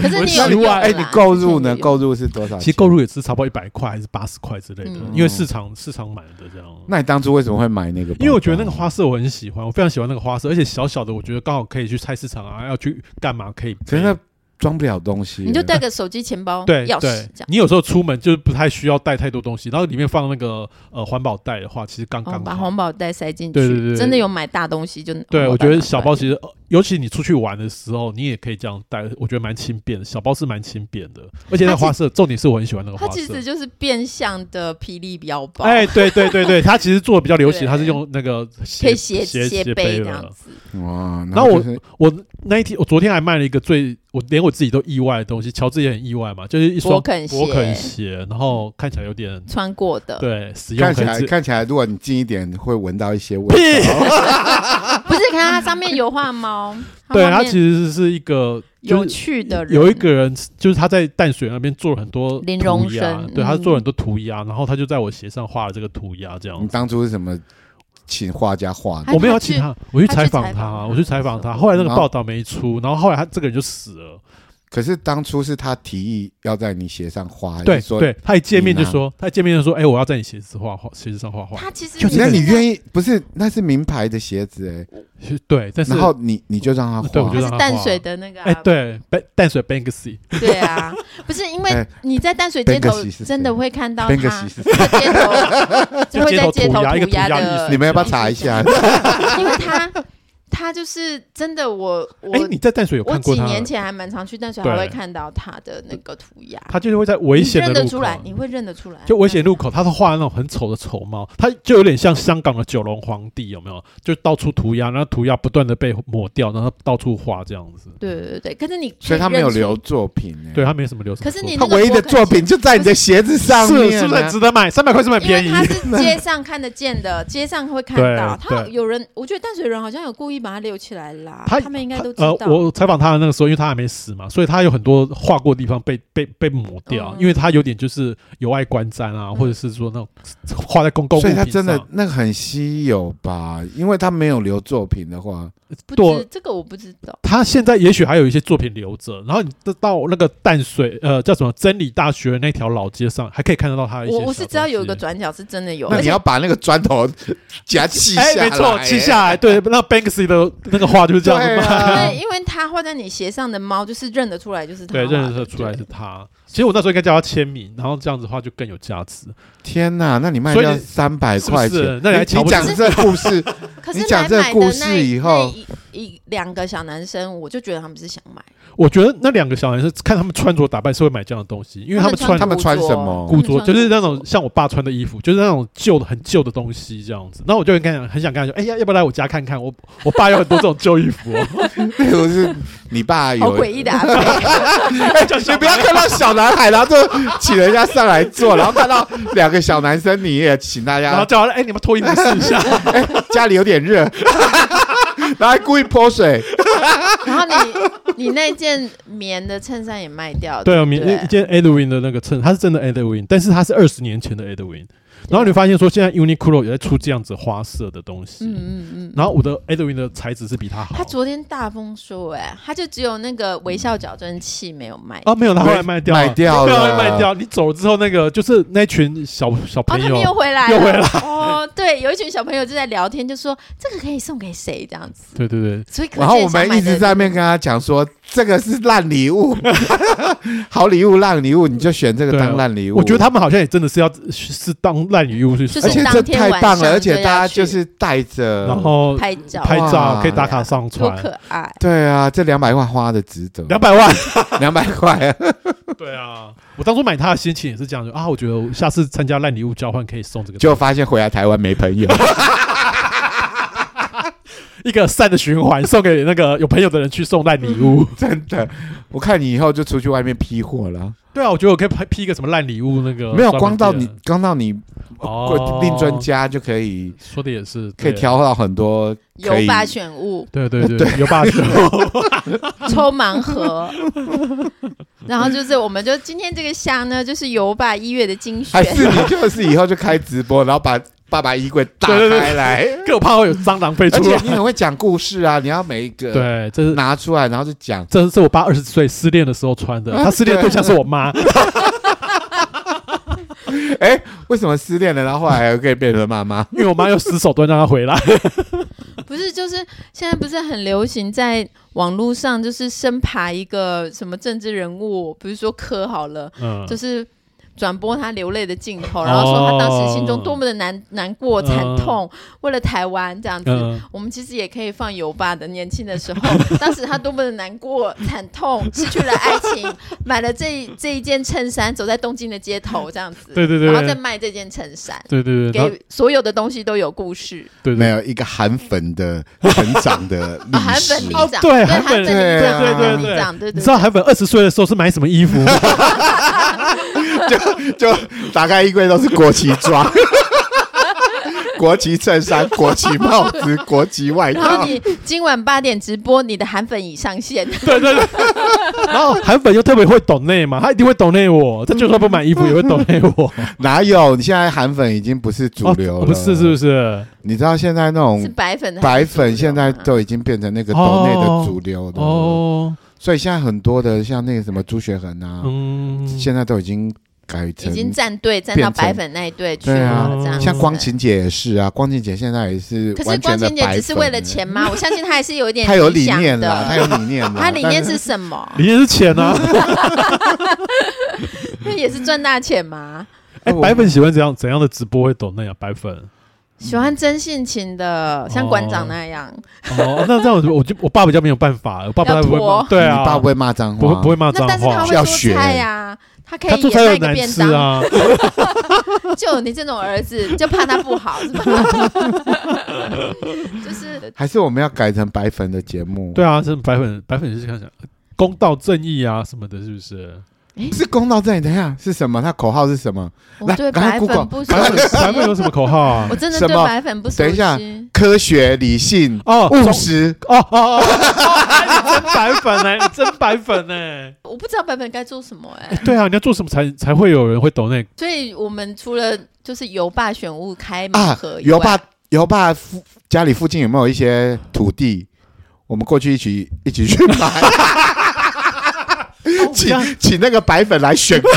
[SPEAKER 1] 可是你
[SPEAKER 2] 我
[SPEAKER 1] 有
[SPEAKER 2] 十
[SPEAKER 1] 用啦
[SPEAKER 2] 万
[SPEAKER 3] 哎，你购入呢？
[SPEAKER 1] 之前有用
[SPEAKER 3] 购入是多少？
[SPEAKER 2] 其实购。入也是差不多一百块还是八十块之类的，
[SPEAKER 1] 嗯
[SPEAKER 2] 因为市场市场买的这样。
[SPEAKER 3] 那你啊当初为什么会买那个包包？
[SPEAKER 2] 因为我觉得那个花色我很喜欢，我非常喜欢那个花色，而且小小的，我觉得刚好可以去菜市场啊，要去干嘛可以背。
[SPEAKER 3] 可是那装不了东西，
[SPEAKER 1] 你就带个手机、钱包、
[SPEAKER 2] 对
[SPEAKER 1] 哦钥匙
[SPEAKER 2] 对
[SPEAKER 1] 这样，。
[SPEAKER 2] 你有时候出门就是不太需要带太多东西，然后里面放那个呃环保袋的话，其实刚
[SPEAKER 1] 哦
[SPEAKER 2] 刚，
[SPEAKER 1] 把
[SPEAKER 2] 好。
[SPEAKER 1] 红包袋塞进
[SPEAKER 2] 对对对
[SPEAKER 1] 去，
[SPEAKER 2] 对
[SPEAKER 1] 真的有买大东西就
[SPEAKER 2] 对，我觉得小包
[SPEAKER 1] 实
[SPEAKER 2] 其实，呃尤其你出去玩的时候，你也可以这样带，我觉得蛮轻便的。小包是蛮轻便的，而且那个花色，重点是我很喜欢那个
[SPEAKER 1] 它
[SPEAKER 2] 花
[SPEAKER 1] 其
[SPEAKER 2] 色
[SPEAKER 1] 实。就是变相的霹雳腰包，
[SPEAKER 2] 哎，对对对对，它其实做的比较流行，
[SPEAKER 1] 对
[SPEAKER 2] 它是用那个
[SPEAKER 1] 可以
[SPEAKER 2] 斜
[SPEAKER 1] 斜
[SPEAKER 2] 斜
[SPEAKER 1] 背这样
[SPEAKER 2] 的。
[SPEAKER 1] 子。
[SPEAKER 3] 哇！
[SPEAKER 2] 然后我
[SPEAKER 3] 就是
[SPEAKER 2] 我那一天，我昨天还卖了一个最我连我自己都意外的东西，乔治也很意外嘛，就是一双
[SPEAKER 1] 勃肯鞋嗯
[SPEAKER 2] 勃肯鞋，然后看起来有点
[SPEAKER 1] 穿过的，
[SPEAKER 2] 对使用
[SPEAKER 3] 看起
[SPEAKER 2] 可
[SPEAKER 3] 来
[SPEAKER 2] 能是
[SPEAKER 3] 看起来，如果你近一点，会闻到一些味
[SPEAKER 2] 屁
[SPEAKER 3] 道。
[SPEAKER 1] 啊不是？可是它上面有画猫，
[SPEAKER 2] 对，
[SPEAKER 1] 它
[SPEAKER 2] 它
[SPEAKER 1] 后
[SPEAKER 2] 其
[SPEAKER 1] 面
[SPEAKER 2] 实是一个就
[SPEAKER 1] 有
[SPEAKER 2] 是
[SPEAKER 1] 趣的人
[SPEAKER 2] 有一个人就是他在淡水那边做了很多
[SPEAKER 1] 林荣
[SPEAKER 2] 涂鸦
[SPEAKER 1] 生
[SPEAKER 2] 对，他
[SPEAKER 1] 嗯
[SPEAKER 2] 做了很多涂鸦，然后他就在我鞋上画了这个涂鸦，这
[SPEAKER 3] 你
[SPEAKER 2] 样。
[SPEAKER 3] 当初是什么请画家画的？
[SPEAKER 1] 嗯他
[SPEAKER 2] 我没有
[SPEAKER 1] 他
[SPEAKER 2] 请
[SPEAKER 1] 去
[SPEAKER 2] 他，我去
[SPEAKER 1] 他
[SPEAKER 2] 采
[SPEAKER 1] 去
[SPEAKER 2] 访
[SPEAKER 1] 采访
[SPEAKER 2] 他，
[SPEAKER 1] 他
[SPEAKER 2] 我去采
[SPEAKER 1] 的
[SPEAKER 2] 访
[SPEAKER 1] 时
[SPEAKER 3] 嗯
[SPEAKER 2] 他。
[SPEAKER 1] 候
[SPEAKER 2] 后来那个
[SPEAKER 3] 然后
[SPEAKER 2] 报道没出，然后后来他这个人就死了。
[SPEAKER 3] 可是当初是他提议要在你鞋上画，还
[SPEAKER 2] 对
[SPEAKER 3] 是说，
[SPEAKER 2] 对，他一见面
[SPEAKER 3] 你
[SPEAKER 2] 就
[SPEAKER 3] 拿
[SPEAKER 2] 说，他一见面就说，哎，我要在你鞋子画画，鞋子上画画。
[SPEAKER 1] 他其实
[SPEAKER 2] 就这
[SPEAKER 3] 那
[SPEAKER 2] 个
[SPEAKER 3] 你
[SPEAKER 1] 意
[SPEAKER 3] 愿意不是？那是名牌的鞋子哎、
[SPEAKER 2] 是对，但是
[SPEAKER 3] 然后你你就让他
[SPEAKER 2] 对我
[SPEAKER 3] 画
[SPEAKER 2] 觉
[SPEAKER 1] 他
[SPEAKER 2] 得，
[SPEAKER 1] 是淡水的那个、啊，
[SPEAKER 2] 哎，对，淡淡水 Banksy，
[SPEAKER 1] 对啊，不是因为
[SPEAKER 3] 哎
[SPEAKER 1] 你在淡水街头
[SPEAKER 3] Banksy 是谁
[SPEAKER 1] 真的会看到他，
[SPEAKER 3] Banksy 是谁
[SPEAKER 1] 在街头就会在
[SPEAKER 2] 街
[SPEAKER 1] 街
[SPEAKER 2] 头
[SPEAKER 1] 头
[SPEAKER 2] 涂鸦一个
[SPEAKER 1] 涂
[SPEAKER 2] 涂鸦艺
[SPEAKER 1] 的，
[SPEAKER 2] 术
[SPEAKER 3] 你们要不要查一下？
[SPEAKER 1] 因为他他就是真的我，我
[SPEAKER 2] 哎，你在淡水有
[SPEAKER 1] 我
[SPEAKER 2] 看过
[SPEAKER 1] 几
[SPEAKER 2] 他？
[SPEAKER 1] 年前还蛮常去淡水，还
[SPEAKER 2] 对
[SPEAKER 1] 会看到他的那个涂鸦，
[SPEAKER 2] 他就是会在危
[SPEAKER 1] 你
[SPEAKER 2] 险
[SPEAKER 1] 认
[SPEAKER 2] 的
[SPEAKER 1] 得
[SPEAKER 2] 路
[SPEAKER 1] 出来，
[SPEAKER 2] 口，
[SPEAKER 1] 你会认得出来，
[SPEAKER 2] 就危险路口，他是画那种很丑的丑猫，他就有点像香港的九龙皇帝，有没有？就到处涂鸦，然后涂鸦不断的被抹掉，然后到处画这样子。
[SPEAKER 1] 对。对对对，可是你
[SPEAKER 3] 所以他没有留
[SPEAKER 1] 可
[SPEAKER 3] 作品哎、
[SPEAKER 2] 对他没什么流程。
[SPEAKER 1] 可是你
[SPEAKER 3] 他唯一的作品就在你的鞋子上
[SPEAKER 2] 是是
[SPEAKER 3] 面、啊，
[SPEAKER 2] 不是很值得买？三百块是不是
[SPEAKER 1] 以认出，
[SPEAKER 2] 很
[SPEAKER 1] 因为
[SPEAKER 2] 便宜？
[SPEAKER 1] 他 是街上看得见的，街上会看
[SPEAKER 2] 对
[SPEAKER 1] 到。他
[SPEAKER 2] 对
[SPEAKER 1] 有人，我觉得淡水人好像有故意把它留起来啦，
[SPEAKER 2] 他
[SPEAKER 1] 他们应该都知
[SPEAKER 2] 呃
[SPEAKER 1] 道。，
[SPEAKER 2] 我采访他的那个时候，因为他还没死嘛，所以他有很多画过的地方被被被抹掉，
[SPEAKER 1] 嗯
[SPEAKER 2] 因为他有点就是有碍观瞻啊，
[SPEAKER 1] 嗯
[SPEAKER 2] 或者是说那种 画在公共物
[SPEAKER 3] 所
[SPEAKER 2] 品
[SPEAKER 3] 以他
[SPEAKER 2] 上。
[SPEAKER 3] 真的那个很稀有吧？因为他没有留作品的话，
[SPEAKER 1] 不
[SPEAKER 2] 对
[SPEAKER 1] 知这个我不知道。
[SPEAKER 2] 他现在也许还有一些作品留着，然后你到那个淡水呃叫什么真理大学那条老街上，还可以看得到他的一些
[SPEAKER 1] 我
[SPEAKER 2] 小东西。
[SPEAKER 1] 我是知道有一个转角是真的 有，
[SPEAKER 3] 那
[SPEAKER 1] 而
[SPEAKER 3] 你
[SPEAKER 1] 且
[SPEAKER 3] 要把那个砖头夹气下
[SPEAKER 2] 哎、没
[SPEAKER 3] 来、
[SPEAKER 2] 错，记下来， 对，那 Banksy 的那个画就是这样子
[SPEAKER 3] 对
[SPEAKER 2] 嘛，
[SPEAKER 1] 因
[SPEAKER 3] 啊
[SPEAKER 1] 为，因为它画在你鞋上的猫，就是认得出来，就是它
[SPEAKER 2] 对，
[SPEAKER 1] 画的
[SPEAKER 2] 认得出来是他。其实我那时候应该叫他签名，然后这样子的话就更有价值。
[SPEAKER 3] 天哪，那你卖
[SPEAKER 2] 所以
[SPEAKER 3] 掉
[SPEAKER 2] 你
[SPEAKER 3] 三百
[SPEAKER 2] 是不
[SPEAKER 3] 块
[SPEAKER 2] 是
[SPEAKER 3] 钱，
[SPEAKER 2] 那你还
[SPEAKER 3] 你
[SPEAKER 2] 瞧
[SPEAKER 3] 你
[SPEAKER 2] 不
[SPEAKER 3] 讲
[SPEAKER 2] 起
[SPEAKER 3] 这故事，
[SPEAKER 1] 可是
[SPEAKER 3] 你讲
[SPEAKER 1] 来
[SPEAKER 3] 这个
[SPEAKER 1] 买
[SPEAKER 3] 故
[SPEAKER 1] 的
[SPEAKER 3] 事
[SPEAKER 1] 那
[SPEAKER 3] 以
[SPEAKER 1] 那
[SPEAKER 3] 后
[SPEAKER 1] 一一两个小男生，我就觉得他们是想买，
[SPEAKER 2] 我觉得那两个小男生看他们穿着打扮是会买这样的东西，因为他们穿
[SPEAKER 3] 他们穿
[SPEAKER 1] 古着
[SPEAKER 3] 什么
[SPEAKER 2] 古
[SPEAKER 1] 他
[SPEAKER 2] 着
[SPEAKER 1] 们穿
[SPEAKER 2] 就是那种像我爸穿的衣服，就是那种旧的很旧的东西这样子。那我就很想很想跟他说，哎呀，要不要来我家看看？我我爸有很多这种旧衣服、 哦，
[SPEAKER 3] 例如是你爸
[SPEAKER 1] 好
[SPEAKER 3] 有
[SPEAKER 1] 诡异哦的啊阿 贝，
[SPEAKER 3] 你不要看到小男孩，然后就请人家上来坐，然后看到两个小男生，你也请大
[SPEAKER 2] 然后
[SPEAKER 3] 家，
[SPEAKER 2] 叫他哎，你们脱衣服试 一下。
[SPEAKER 1] 啊
[SPEAKER 3] 家里有点热， 然后还故意泼水，
[SPEAKER 1] 然后你你那件棉的衬衫也卖掉了，
[SPEAKER 2] 对啊，
[SPEAKER 1] 不
[SPEAKER 2] 棉一一件 Edwin 的那个衬，它是真的 Edwin，但是它是二十年前的 Edwin。然后你发现说，现在 Uniqlo 也在出这样子花色的东西。
[SPEAKER 1] 嗯嗯嗯。
[SPEAKER 2] 然后我的 Edwin 的材质是比它好。
[SPEAKER 1] 他昨天大丰收哎，他就只有那个微笑矫正器没有卖。哦
[SPEAKER 2] 啊，没有，他后来卖掉了，
[SPEAKER 3] 卖掉
[SPEAKER 2] 后
[SPEAKER 3] 了
[SPEAKER 2] 来卖掉。你走了之后，那个就是那群小小
[SPEAKER 1] 哦，
[SPEAKER 2] 朋
[SPEAKER 1] 他
[SPEAKER 2] 友
[SPEAKER 1] 们又回来
[SPEAKER 2] 又回
[SPEAKER 1] 来哦，对，有一群小朋友就在聊天，就说这个可以送给谁这样子，
[SPEAKER 2] 对对对，
[SPEAKER 1] 所以可
[SPEAKER 3] 然后
[SPEAKER 1] 见
[SPEAKER 3] 我们
[SPEAKER 1] 想买
[SPEAKER 3] 一直
[SPEAKER 1] 的
[SPEAKER 3] 在那边跟他讲说，这个是烂礼物， 好礼物烂礼物，你就选这个
[SPEAKER 2] 对啊
[SPEAKER 3] 当烂礼物。
[SPEAKER 2] 我觉得他们好像也真的是要是当烂女巫去
[SPEAKER 1] 就是
[SPEAKER 2] 送，
[SPEAKER 3] 而且这
[SPEAKER 1] 当天
[SPEAKER 3] 太棒
[SPEAKER 1] 晚
[SPEAKER 3] 了，
[SPEAKER 1] 上
[SPEAKER 3] 而且
[SPEAKER 1] 就要
[SPEAKER 3] 大家就
[SPEAKER 1] 去
[SPEAKER 3] 是带着，
[SPEAKER 2] 然后
[SPEAKER 1] 拍照，
[SPEAKER 2] 哦拍照
[SPEAKER 3] 哇
[SPEAKER 2] 可以打卡上
[SPEAKER 1] 多
[SPEAKER 2] 传，
[SPEAKER 1] 可爱。
[SPEAKER 3] 对啊，这两百块花的值 得，
[SPEAKER 2] 两百万。
[SPEAKER 3] 两百块，
[SPEAKER 2] 对啊，我当初买它的心情也是这样，就啊，我觉得我下次参加烂礼物交换可以送这个，
[SPEAKER 3] 就发现回来台湾没朋友，
[SPEAKER 2] 一个善的循环，送给那个有朋友的人去送烂礼物。
[SPEAKER 3] 真的。我看你以后就出去外面批货了，
[SPEAKER 2] 对啊，我觉得我可以拍批一个什么烂礼物那呃个专门店，
[SPEAKER 3] 没有光到你，呃光到你
[SPEAKER 2] 哦
[SPEAKER 3] 令尊家就可以
[SPEAKER 2] 说的也是，
[SPEAKER 3] 可
[SPEAKER 2] 对。
[SPEAKER 3] 以挑到很多
[SPEAKER 1] 有
[SPEAKER 3] 可以
[SPEAKER 1] 把选物、
[SPEAKER 2] 对对对，有 霸权。
[SPEAKER 1] 抽盲 盒，然后就是我们就今天这个箱呢，就是有把一月的精选
[SPEAKER 3] 还，是你就是以后就开直播，然后把爸爸衣柜打
[SPEAKER 2] 对对对
[SPEAKER 3] 开来，
[SPEAKER 2] 更怕会有蟑螂飞
[SPEAKER 3] 而
[SPEAKER 2] 出
[SPEAKER 3] 且
[SPEAKER 2] 来。
[SPEAKER 3] 你很会讲故事啊，你要每一个
[SPEAKER 2] 对，这是
[SPEAKER 3] 拿出来，然后就讲。
[SPEAKER 2] 这是我爸二十岁失恋的时候穿的，
[SPEAKER 3] 啊
[SPEAKER 2] 他失恋的对象是我妈。
[SPEAKER 3] 哎，为什么失恋了，然后后来还可以变成 妈妈？
[SPEAKER 2] 因为我妈又死手段让她回来。
[SPEAKER 1] 不是就是现在不是很流行在网络上就是生爬一个什么政治人物，比如说柯好了，
[SPEAKER 2] 嗯，
[SPEAKER 1] 就是。转播他流泪的镜头，然后说他当时心中多么的难、难过、
[SPEAKER 2] 嗯
[SPEAKER 1] 惨痛，为了台湾这样子。
[SPEAKER 2] 嗯，
[SPEAKER 1] 我们其实也可以放尤巴的年轻的时候， 当时他多么的难过、惨痛，失去了爱情，买了这一这一件衬衫，走在东京的街头这样子，
[SPEAKER 2] 对对对
[SPEAKER 1] 然后再卖这件衬衫，
[SPEAKER 2] 对对对，然后
[SPEAKER 1] 给所有的东西都有故事。
[SPEAKER 2] 对
[SPEAKER 3] 没。有一个韩粉的成长的历
[SPEAKER 1] 啊 韩
[SPEAKER 3] 史
[SPEAKER 1] 粉里
[SPEAKER 2] 哦
[SPEAKER 1] 长，
[SPEAKER 2] 对
[SPEAKER 1] 韩
[SPEAKER 2] 韩
[SPEAKER 1] 粉
[SPEAKER 2] 粉
[SPEAKER 1] 里长，
[SPEAKER 3] 对对
[SPEAKER 1] 韩粉
[SPEAKER 2] 对
[SPEAKER 1] 里长，对
[SPEAKER 2] 你
[SPEAKER 1] 对
[SPEAKER 2] 知道韩粉二十岁的时候是买什么衣 服吗？
[SPEAKER 3] 就打开衣柜都是国旗装、 国旗衬衫、国旗帽子、国旗外
[SPEAKER 1] 然后
[SPEAKER 3] 套。
[SPEAKER 1] 你今晚八点直播，你的韩粉已上线，
[SPEAKER 2] 对对对。 然后韩粉又特别会懂内嘛，他一定会懂内我，他就算不买衣服也会懂内 我。
[SPEAKER 3] 哪有？你现在韩粉已经不是主流了，
[SPEAKER 2] 哦不是是不？是？
[SPEAKER 3] 你知道现在那
[SPEAKER 1] 是
[SPEAKER 3] 种
[SPEAKER 1] 白粉的
[SPEAKER 3] 白
[SPEAKER 1] 还
[SPEAKER 3] 粉
[SPEAKER 1] 是主流
[SPEAKER 3] 现在
[SPEAKER 1] 吗
[SPEAKER 3] 都已经变成那个岛内的主流的，
[SPEAKER 2] 哦，
[SPEAKER 3] 所以现在很多的像那个什么朱学恒啊，
[SPEAKER 2] 嗯，
[SPEAKER 3] 现在都已经改
[SPEAKER 1] 已
[SPEAKER 3] 成
[SPEAKER 1] 经站队站到
[SPEAKER 3] 变成
[SPEAKER 1] 白粉那一队去
[SPEAKER 3] 对
[SPEAKER 1] 了
[SPEAKER 3] 啊，
[SPEAKER 1] 这样子。
[SPEAKER 3] 像光晴姐也是啊，光晴姐现在也是
[SPEAKER 1] 可是
[SPEAKER 3] 完
[SPEAKER 1] 光
[SPEAKER 3] 全的
[SPEAKER 1] 晴姐
[SPEAKER 3] 白
[SPEAKER 1] 只是为了
[SPEAKER 3] 粉欸，
[SPEAKER 1] 钱吗？我相信她还是有一点
[SPEAKER 3] 她有
[SPEAKER 1] 理
[SPEAKER 3] 理
[SPEAKER 1] 想
[SPEAKER 3] 念啦，她
[SPEAKER 1] 的。
[SPEAKER 3] 有理念啦，
[SPEAKER 1] 她理念
[SPEAKER 3] 但
[SPEAKER 1] 是什么？
[SPEAKER 2] 里面是钱啊。
[SPEAKER 1] 那 也是赚大钱吗？
[SPEAKER 2] 哎，
[SPEAKER 3] 我
[SPEAKER 2] 白粉喜欢怎样怎样的直播会抖那样？白粉
[SPEAKER 1] 喜欢真性情的，像馆长那样，
[SPEAKER 2] 哦，那这样我就我就我爸比较没有办法，我爸不
[SPEAKER 1] 要
[SPEAKER 2] 太会
[SPEAKER 1] 拖
[SPEAKER 2] 骂，对啊，
[SPEAKER 3] 你爸不会骂脏
[SPEAKER 2] 不
[SPEAKER 3] 话，
[SPEAKER 2] 会不会骂
[SPEAKER 1] 那
[SPEAKER 2] 脏
[SPEAKER 1] 但是他
[SPEAKER 2] 话，
[SPEAKER 1] 会
[SPEAKER 3] 要
[SPEAKER 1] 做
[SPEAKER 3] 学
[SPEAKER 1] 菜呀，他可
[SPEAKER 2] 他
[SPEAKER 1] 以
[SPEAKER 2] 做
[SPEAKER 1] 也
[SPEAKER 2] 菜
[SPEAKER 1] 卖
[SPEAKER 2] 又
[SPEAKER 1] 个
[SPEAKER 2] 难
[SPEAKER 1] 便
[SPEAKER 2] 吃
[SPEAKER 1] 当，
[SPEAKER 2] 啊，
[SPEAKER 1] 就有你这种儿子，就怕他不好，是吧？ 就是
[SPEAKER 3] 还是我们要改成白粉的节目？
[SPEAKER 2] 对啊，是白粉白粉就是看讲呃公道正义啊什么的，是不是？
[SPEAKER 3] 是公道正义。等一下是什么？他口号是什么？
[SPEAKER 1] 我
[SPEAKER 3] 来
[SPEAKER 1] 对
[SPEAKER 3] 赶
[SPEAKER 1] 白
[SPEAKER 3] 快
[SPEAKER 1] 粉
[SPEAKER 3] Google，
[SPEAKER 1] 不熟
[SPEAKER 2] 白粉白粉
[SPEAKER 1] 悉，
[SPEAKER 2] 有什么口号 啊
[SPEAKER 1] 我？真的
[SPEAKER 3] 什
[SPEAKER 1] 对
[SPEAKER 3] 么
[SPEAKER 1] 白粉不熟
[SPEAKER 3] 等一下
[SPEAKER 1] 悉。
[SPEAKER 3] 科学、理性、
[SPEAKER 2] 哦，
[SPEAKER 3] 务实。
[SPEAKER 2] 哦哦 哦，真白粉呢、真白粉欸呢、
[SPEAKER 1] 我不知道白粉该做什么哎、
[SPEAKER 2] 对啊，你要做什么才才会有人会懂那？
[SPEAKER 1] 所以我们除了就是油霸选物开盲
[SPEAKER 3] 啊
[SPEAKER 1] 盒，以外
[SPEAKER 3] 尤爸，尤爸附家里附近有没有一些土地？我们过去一起一起去 买，请请那个白粉来选购，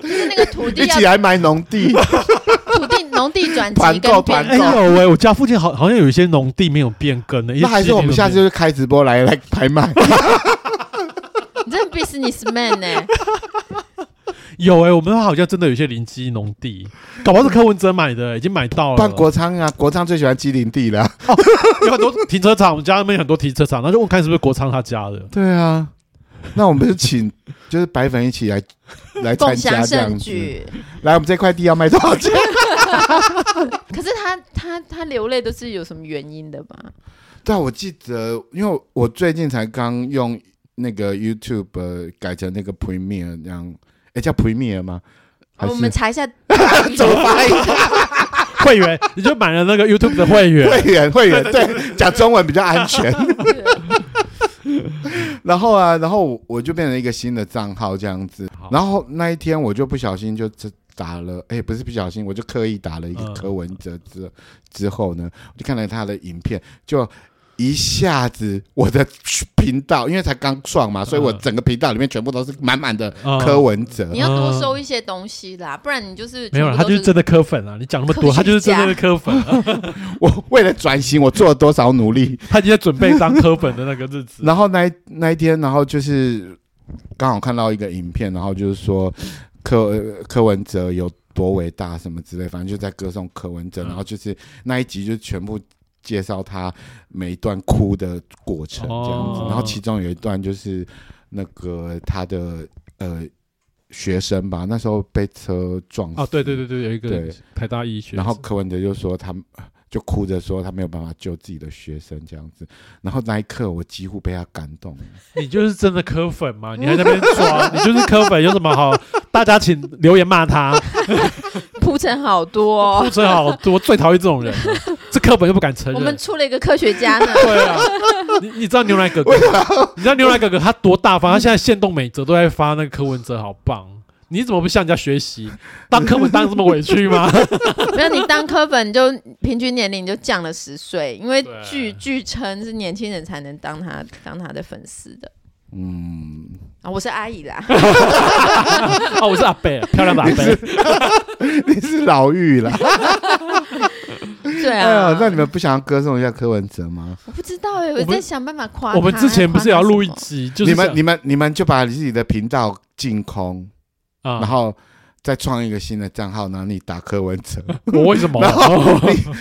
[SPEAKER 1] 就是那个土地
[SPEAKER 3] 一
[SPEAKER 1] 要
[SPEAKER 3] 起来买农地。
[SPEAKER 1] 土地农地 转
[SPEAKER 3] 团
[SPEAKER 1] 籍
[SPEAKER 3] 购
[SPEAKER 1] 跟
[SPEAKER 3] 团
[SPEAKER 2] 哎
[SPEAKER 1] 变
[SPEAKER 2] 呦
[SPEAKER 1] 动，
[SPEAKER 2] 喂、我家附近好好像有一些农地没有变更的、一些
[SPEAKER 3] 那还是我们下次
[SPEAKER 2] 湿地
[SPEAKER 3] 就开直播来来拍卖。
[SPEAKER 1] 你真的哎 business man 呢、
[SPEAKER 2] 都没有有哎、我们好像真的有一些邻居农地，搞不好是柯文哲买的、已经买到了
[SPEAKER 3] 办。国昌啊，国昌最喜欢机灵地了。啊
[SPEAKER 2] 有很多停车场，我们家那边有很多停车场，那就问看是不是国昌他家的。
[SPEAKER 3] 对啊，那我们就请就是白粉一起来来参
[SPEAKER 1] 共
[SPEAKER 3] 加
[SPEAKER 1] 襄
[SPEAKER 3] 这样
[SPEAKER 1] 盛
[SPEAKER 3] 子。
[SPEAKER 1] 举。
[SPEAKER 3] 来，我们这块地要卖多少钱？
[SPEAKER 1] 可是他他他流泪都是有什么原因的吧？
[SPEAKER 3] 但啊我记得，因为我最近才刚用那个 YouTube、呃改成那个 Premiere 那样，哎，叫 Premiere 吗？还
[SPEAKER 1] 哦
[SPEAKER 3] 是
[SPEAKER 1] 我们查一 下
[SPEAKER 3] 怎么发音？
[SPEAKER 2] 会员，你就买了那个 YouTube 的会员，
[SPEAKER 3] 会 员，会员，对，讲中文比较安全。然后啊，然后我就变成一个新的账号这样子
[SPEAKER 2] 好。
[SPEAKER 3] 然后那一天我就不小心就只打了，哎，不是不小心，我就刻意打了一个
[SPEAKER 2] 嗯
[SPEAKER 3] 柯文哲之之后呢，我就看了他的影片，就一下子我的频道，因为才刚创嘛，所以我
[SPEAKER 2] 嗯
[SPEAKER 3] 整个频道里面全部都是满满的
[SPEAKER 2] 嗯
[SPEAKER 3] 柯文哲
[SPEAKER 1] 你。要多收一些东西啦，不然你就是
[SPEAKER 2] 没有啦，
[SPEAKER 1] 全
[SPEAKER 2] 他
[SPEAKER 1] 部都
[SPEAKER 2] 就是真的磕粉啊！你讲那么多，他就是真正的磕粉、 啊，
[SPEAKER 3] 我为了转型，我做了多少努力？
[SPEAKER 2] 他已经在准备当磕粉的那个日子。
[SPEAKER 3] 然后那一那一天，然后就是刚好看到一个影片，然后就是说柯柯文哲有多伟大什么之类，反正就在歌颂柯文哲，
[SPEAKER 2] 嗯
[SPEAKER 3] 然后就是那一集就全部介绍他每一段哭的过程这样子，
[SPEAKER 2] 哦
[SPEAKER 3] 然后其中有一段就是那个他的呃学生吧，那时候被车撞死，
[SPEAKER 2] 哦，对对对对，有一个
[SPEAKER 3] 对
[SPEAKER 2] 台大医学，
[SPEAKER 3] 然后柯文哲就说他就哭着说他没有办法救自己的学生这样子，然后那一刻我几乎被他感动了。
[SPEAKER 2] 你就是真的磕粉嘛？你还在那边装，你就是磕粉，有什么好？ 大家请留言骂他，
[SPEAKER 1] 铺陈好多、
[SPEAKER 2] 不
[SPEAKER 1] 哦。
[SPEAKER 2] 真好多，最讨厌这种人了，这磕粉又不敢承
[SPEAKER 1] 我们
[SPEAKER 2] 认。，
[SPEAKER 1] 出了一个科学家呢
[SPEAKER 2] 对啊，你你知道牛奶 哥哥？你知道牛奶哥哥他多大方？他现在限动每则都在发那个柯文哲，好棒！你怎么不向人家学习？当柯文当这么委 屈吗？
[SPEAKER 1] 没有你当科粉就平均年龄就降了十岁，因为
[SPEAKER 2] 对啊
[SPEAKER 1] 据据称是年轻人才能当他当他的粉丝的
[SPEAKER 3] 嗯，
[SPEAKER 1] 啊，我是阿姨啦，
[SPEAKER 2] 哦，我是阿贝，漂亮的阿贝。
[SPEAKER 3] 你是老妪啦。
[SPEAKER 1] 对
[SPEAKER 3] 哎
[SPEAKER 1] 啊
[SPEAKER 3] 呀，，那你们不想要歌颂一下柯文哲吗？
[SPEAKER 1] 我不知道哎、我
[SPEAKER 2] 我们
[SPEAKER 1] 在想办法夸他
[SPEAKER 2] 我们之前不是也要录一
[SPEAKER 1] 夸他什么
[SPEAKER 2] 集，就是
[SPEAKER 3] 你们
[SPEAKER 2] 想
[SPEAKER 3] 你们你们就把自己的频道净空，
[SPEAKER 2] 啊，
[SPEAKER 3] 然后再创一个新的账号，然后你打柯文哲，
[SPEAKER 2] 我为什么？
[SPEAKER 3] 然后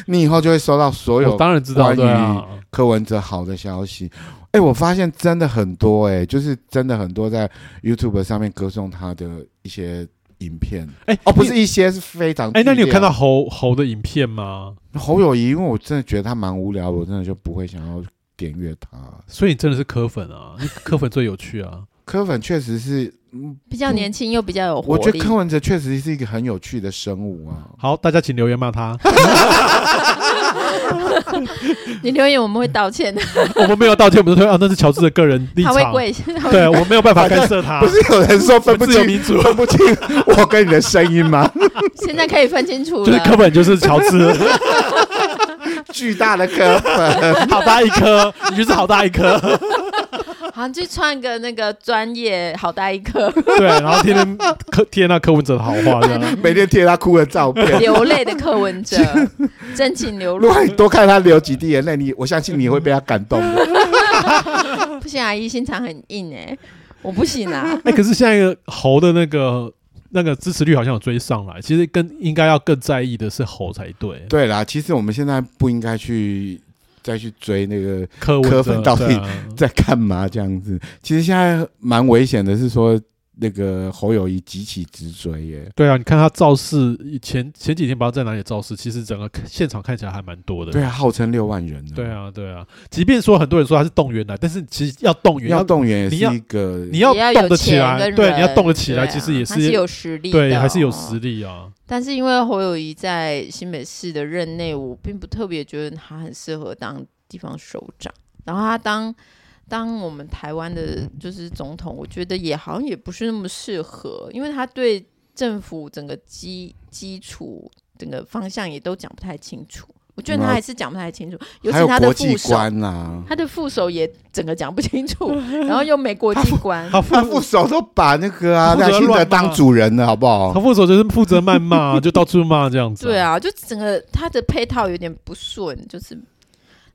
[SPEAKER 3] 你以后就会收到所
[SPEAKER 2] 我
[SPEAKER 3] 有哦
[SPEAKER 2] 当然知道，
[SPEAKER 3] 关于
[SPEAKER 2] 对啊，
[SPEAKER 3] 柯文哲好的消息。哎，我发现真的很多哎、就是真的很多在 YouTube 上面歌颂他的一些影片
[SPEAKER 2] 哎
[SPEAKER 3] 哦，不
[SPEAKER 2] 你
[SPEAKER 3] 是一些是非常
[SPEAKER 2] 哎，那你有
[SPEAKER 3] 巨
[SPEAKER 2] 看
[SPEAKER 3] 量
[SPEAKER 2] 到猴猴的影片吗？
[SPEAKER 3] 侯友谊？因为我真的觉得他蛮无聊，我真的就不会想要点阅他。
[SPEAKER 2] 所以你真的是磕粉啊，你磕粉最有趣啊。
[SPEAKER 3] 柯粉确实是，嗯
[SPEAKER 1] 比较年轻又比较有活
[SPEAKER 3] 我
[SPEAKER 1] 力。
[SPEAKER 3] 觉得柯文哲确实是一个很有趣的生物啊。
[SPEAKER 2] 好，大家请留言骂 他，
[SPEAKER 1] 你留言我们会道歉的，
[SPEAKER 2] 我们没有道歉，我们都说啊，那是乔治的个人立
[SPEAKER 1] 他
[SPEAKER 2] 场
[SPEAKER 1] 会，跪下，他会
[SPEAKER 2] 对 我没有办法干涉他
[SPEAKER 3] 不，是有人说分不
[SPEAKER 2] 自由
[SPEAKER 3] 清
[SPEAKER 2] 民主，
[SPEAKER 3] 分不清我跟你的声音吗？
[SPEAKER 1] 现在可以分清楚
[SPEAKER 2] 就是
[SPEAKER 1] 了。
[SPEAKER 2] 柯粉就是乔治，
[SPEAKER 3] 巨大的科本，
[SPEAKER 2] 好大一颗，你就是好大一颗，
[SPEAKER 1] 好，你去穿个那个专业好大一 颗，
[SPEAKER 2] 对，然后天天柯贴那柯文哲的好话，这样
[SPEAKER 3] 每天贴他哭的照片。
[SPEAKER 1] 流泪的柯文 哲，真情流
[SPEAKER 3] 如
[SPEAKER 1] 露。
[SPEAKER 3] 果你多看他流几滴眼泪，你我相信你会被他感动 的。
[SPEAKER 1] 不行，阿姨心肠很硬哎、我不行啊。
[SPEAKER 2] 哎、可是现在猴的那个那个支持率好像有追上来，其实更应该要更在意的是猴才对。
[SPEAKER 3] 对啦，其实我们现在不应该去再去追那个
[SPEAKER 2] 柯文
[SPEAKER 3] 柯
[SPEAKER 2] 哲
[SPEAKER 3] 粉到
[SPEAKER 2] 对
[SPEAKER 3] 底
[SPEAKER 2] 啊
[SPEAKER 3] 在干嘛这样子。其实现在蛮危险的，是说那个侯友谊急起直追耶。
[SPEAKER 2] 对啊，你看他造势前前几天不知道在哪里造势，其实整个现场看起来还蛮多的。
[SPEAKER 3] 对啊，号称六万人呢。
[SPEAKER 2] 对，啊，对啊。即便说很多人说他是动员来，但是其实要动员，
[SPEAKER 3] 要动员也
[SPEAKER 2] 你要
[SPEAKER 3] 是一个
[SPEAKER 2] 你要
[SPEAKER 1] 也要
[SPEAKER 2] 动
[SPEAKER 1] 有
[SPEAKER 2] 得起
[SPEAKER 1] 钱
[SPEAKER 2] 来，
[SPEAKER 1] 跟
[SPEAKER 2] 对，
[SPEAKER 1] 人
[SPEAKER 2] 你要动得起来，
[SPEAKER 1] 对啊
[SPEAKER 2] 其实也
[SPEAKER 1] 他是有实力的、啊哦
[SPEAKER 2] 对，还是有实。力啊。
[SPEAKER 1] 但是因为侯友谊在新北市的任内，我并不特别觉得他很适合当地方首长。然后他当当我们台湾的就是总统，我觉得也好像也不是那么适合，因为他对政府整个基基础整个方向也都讲不太清楚。我觉得他
[SPEAKER 3] 嗯
[SPEAKER 1] 还是讲不太清楚，尤
[SPEAKER 3] 还
[SPEAKER 1] 其
[SPEAKER 3] 有
[SPEAKER 1] 他的
[SPEAKER 3] 国
[SPEAKER 1] 副
[SPEAKER 3] 际啊
[SPEAKER 1] 手，
[SPEAKER 3] 观呐、
[SPEAKER 1] 他的副手也整个讲不清楚，然后又没国际观。
[SPEAKER 2] 他
[SPEAKER 3] 他副
[SPEAKER 2] 副
[SPEAKER 3] 手都把那个啊
[SPEAKER 2] 他负责
[SPEAKER 3] 赖清德
[SPEAKER 2] 乱骂
[SPEAKER 3] 当主人了，好不
[SPEAKER 2] 他
[SPEAKER 3] 好？
[SPEAKER 2] 副手就是负责谩骂，就到处骂这样 子。
[SPEAKER 1] 对，啊，就整个他的配套有点不顺，就是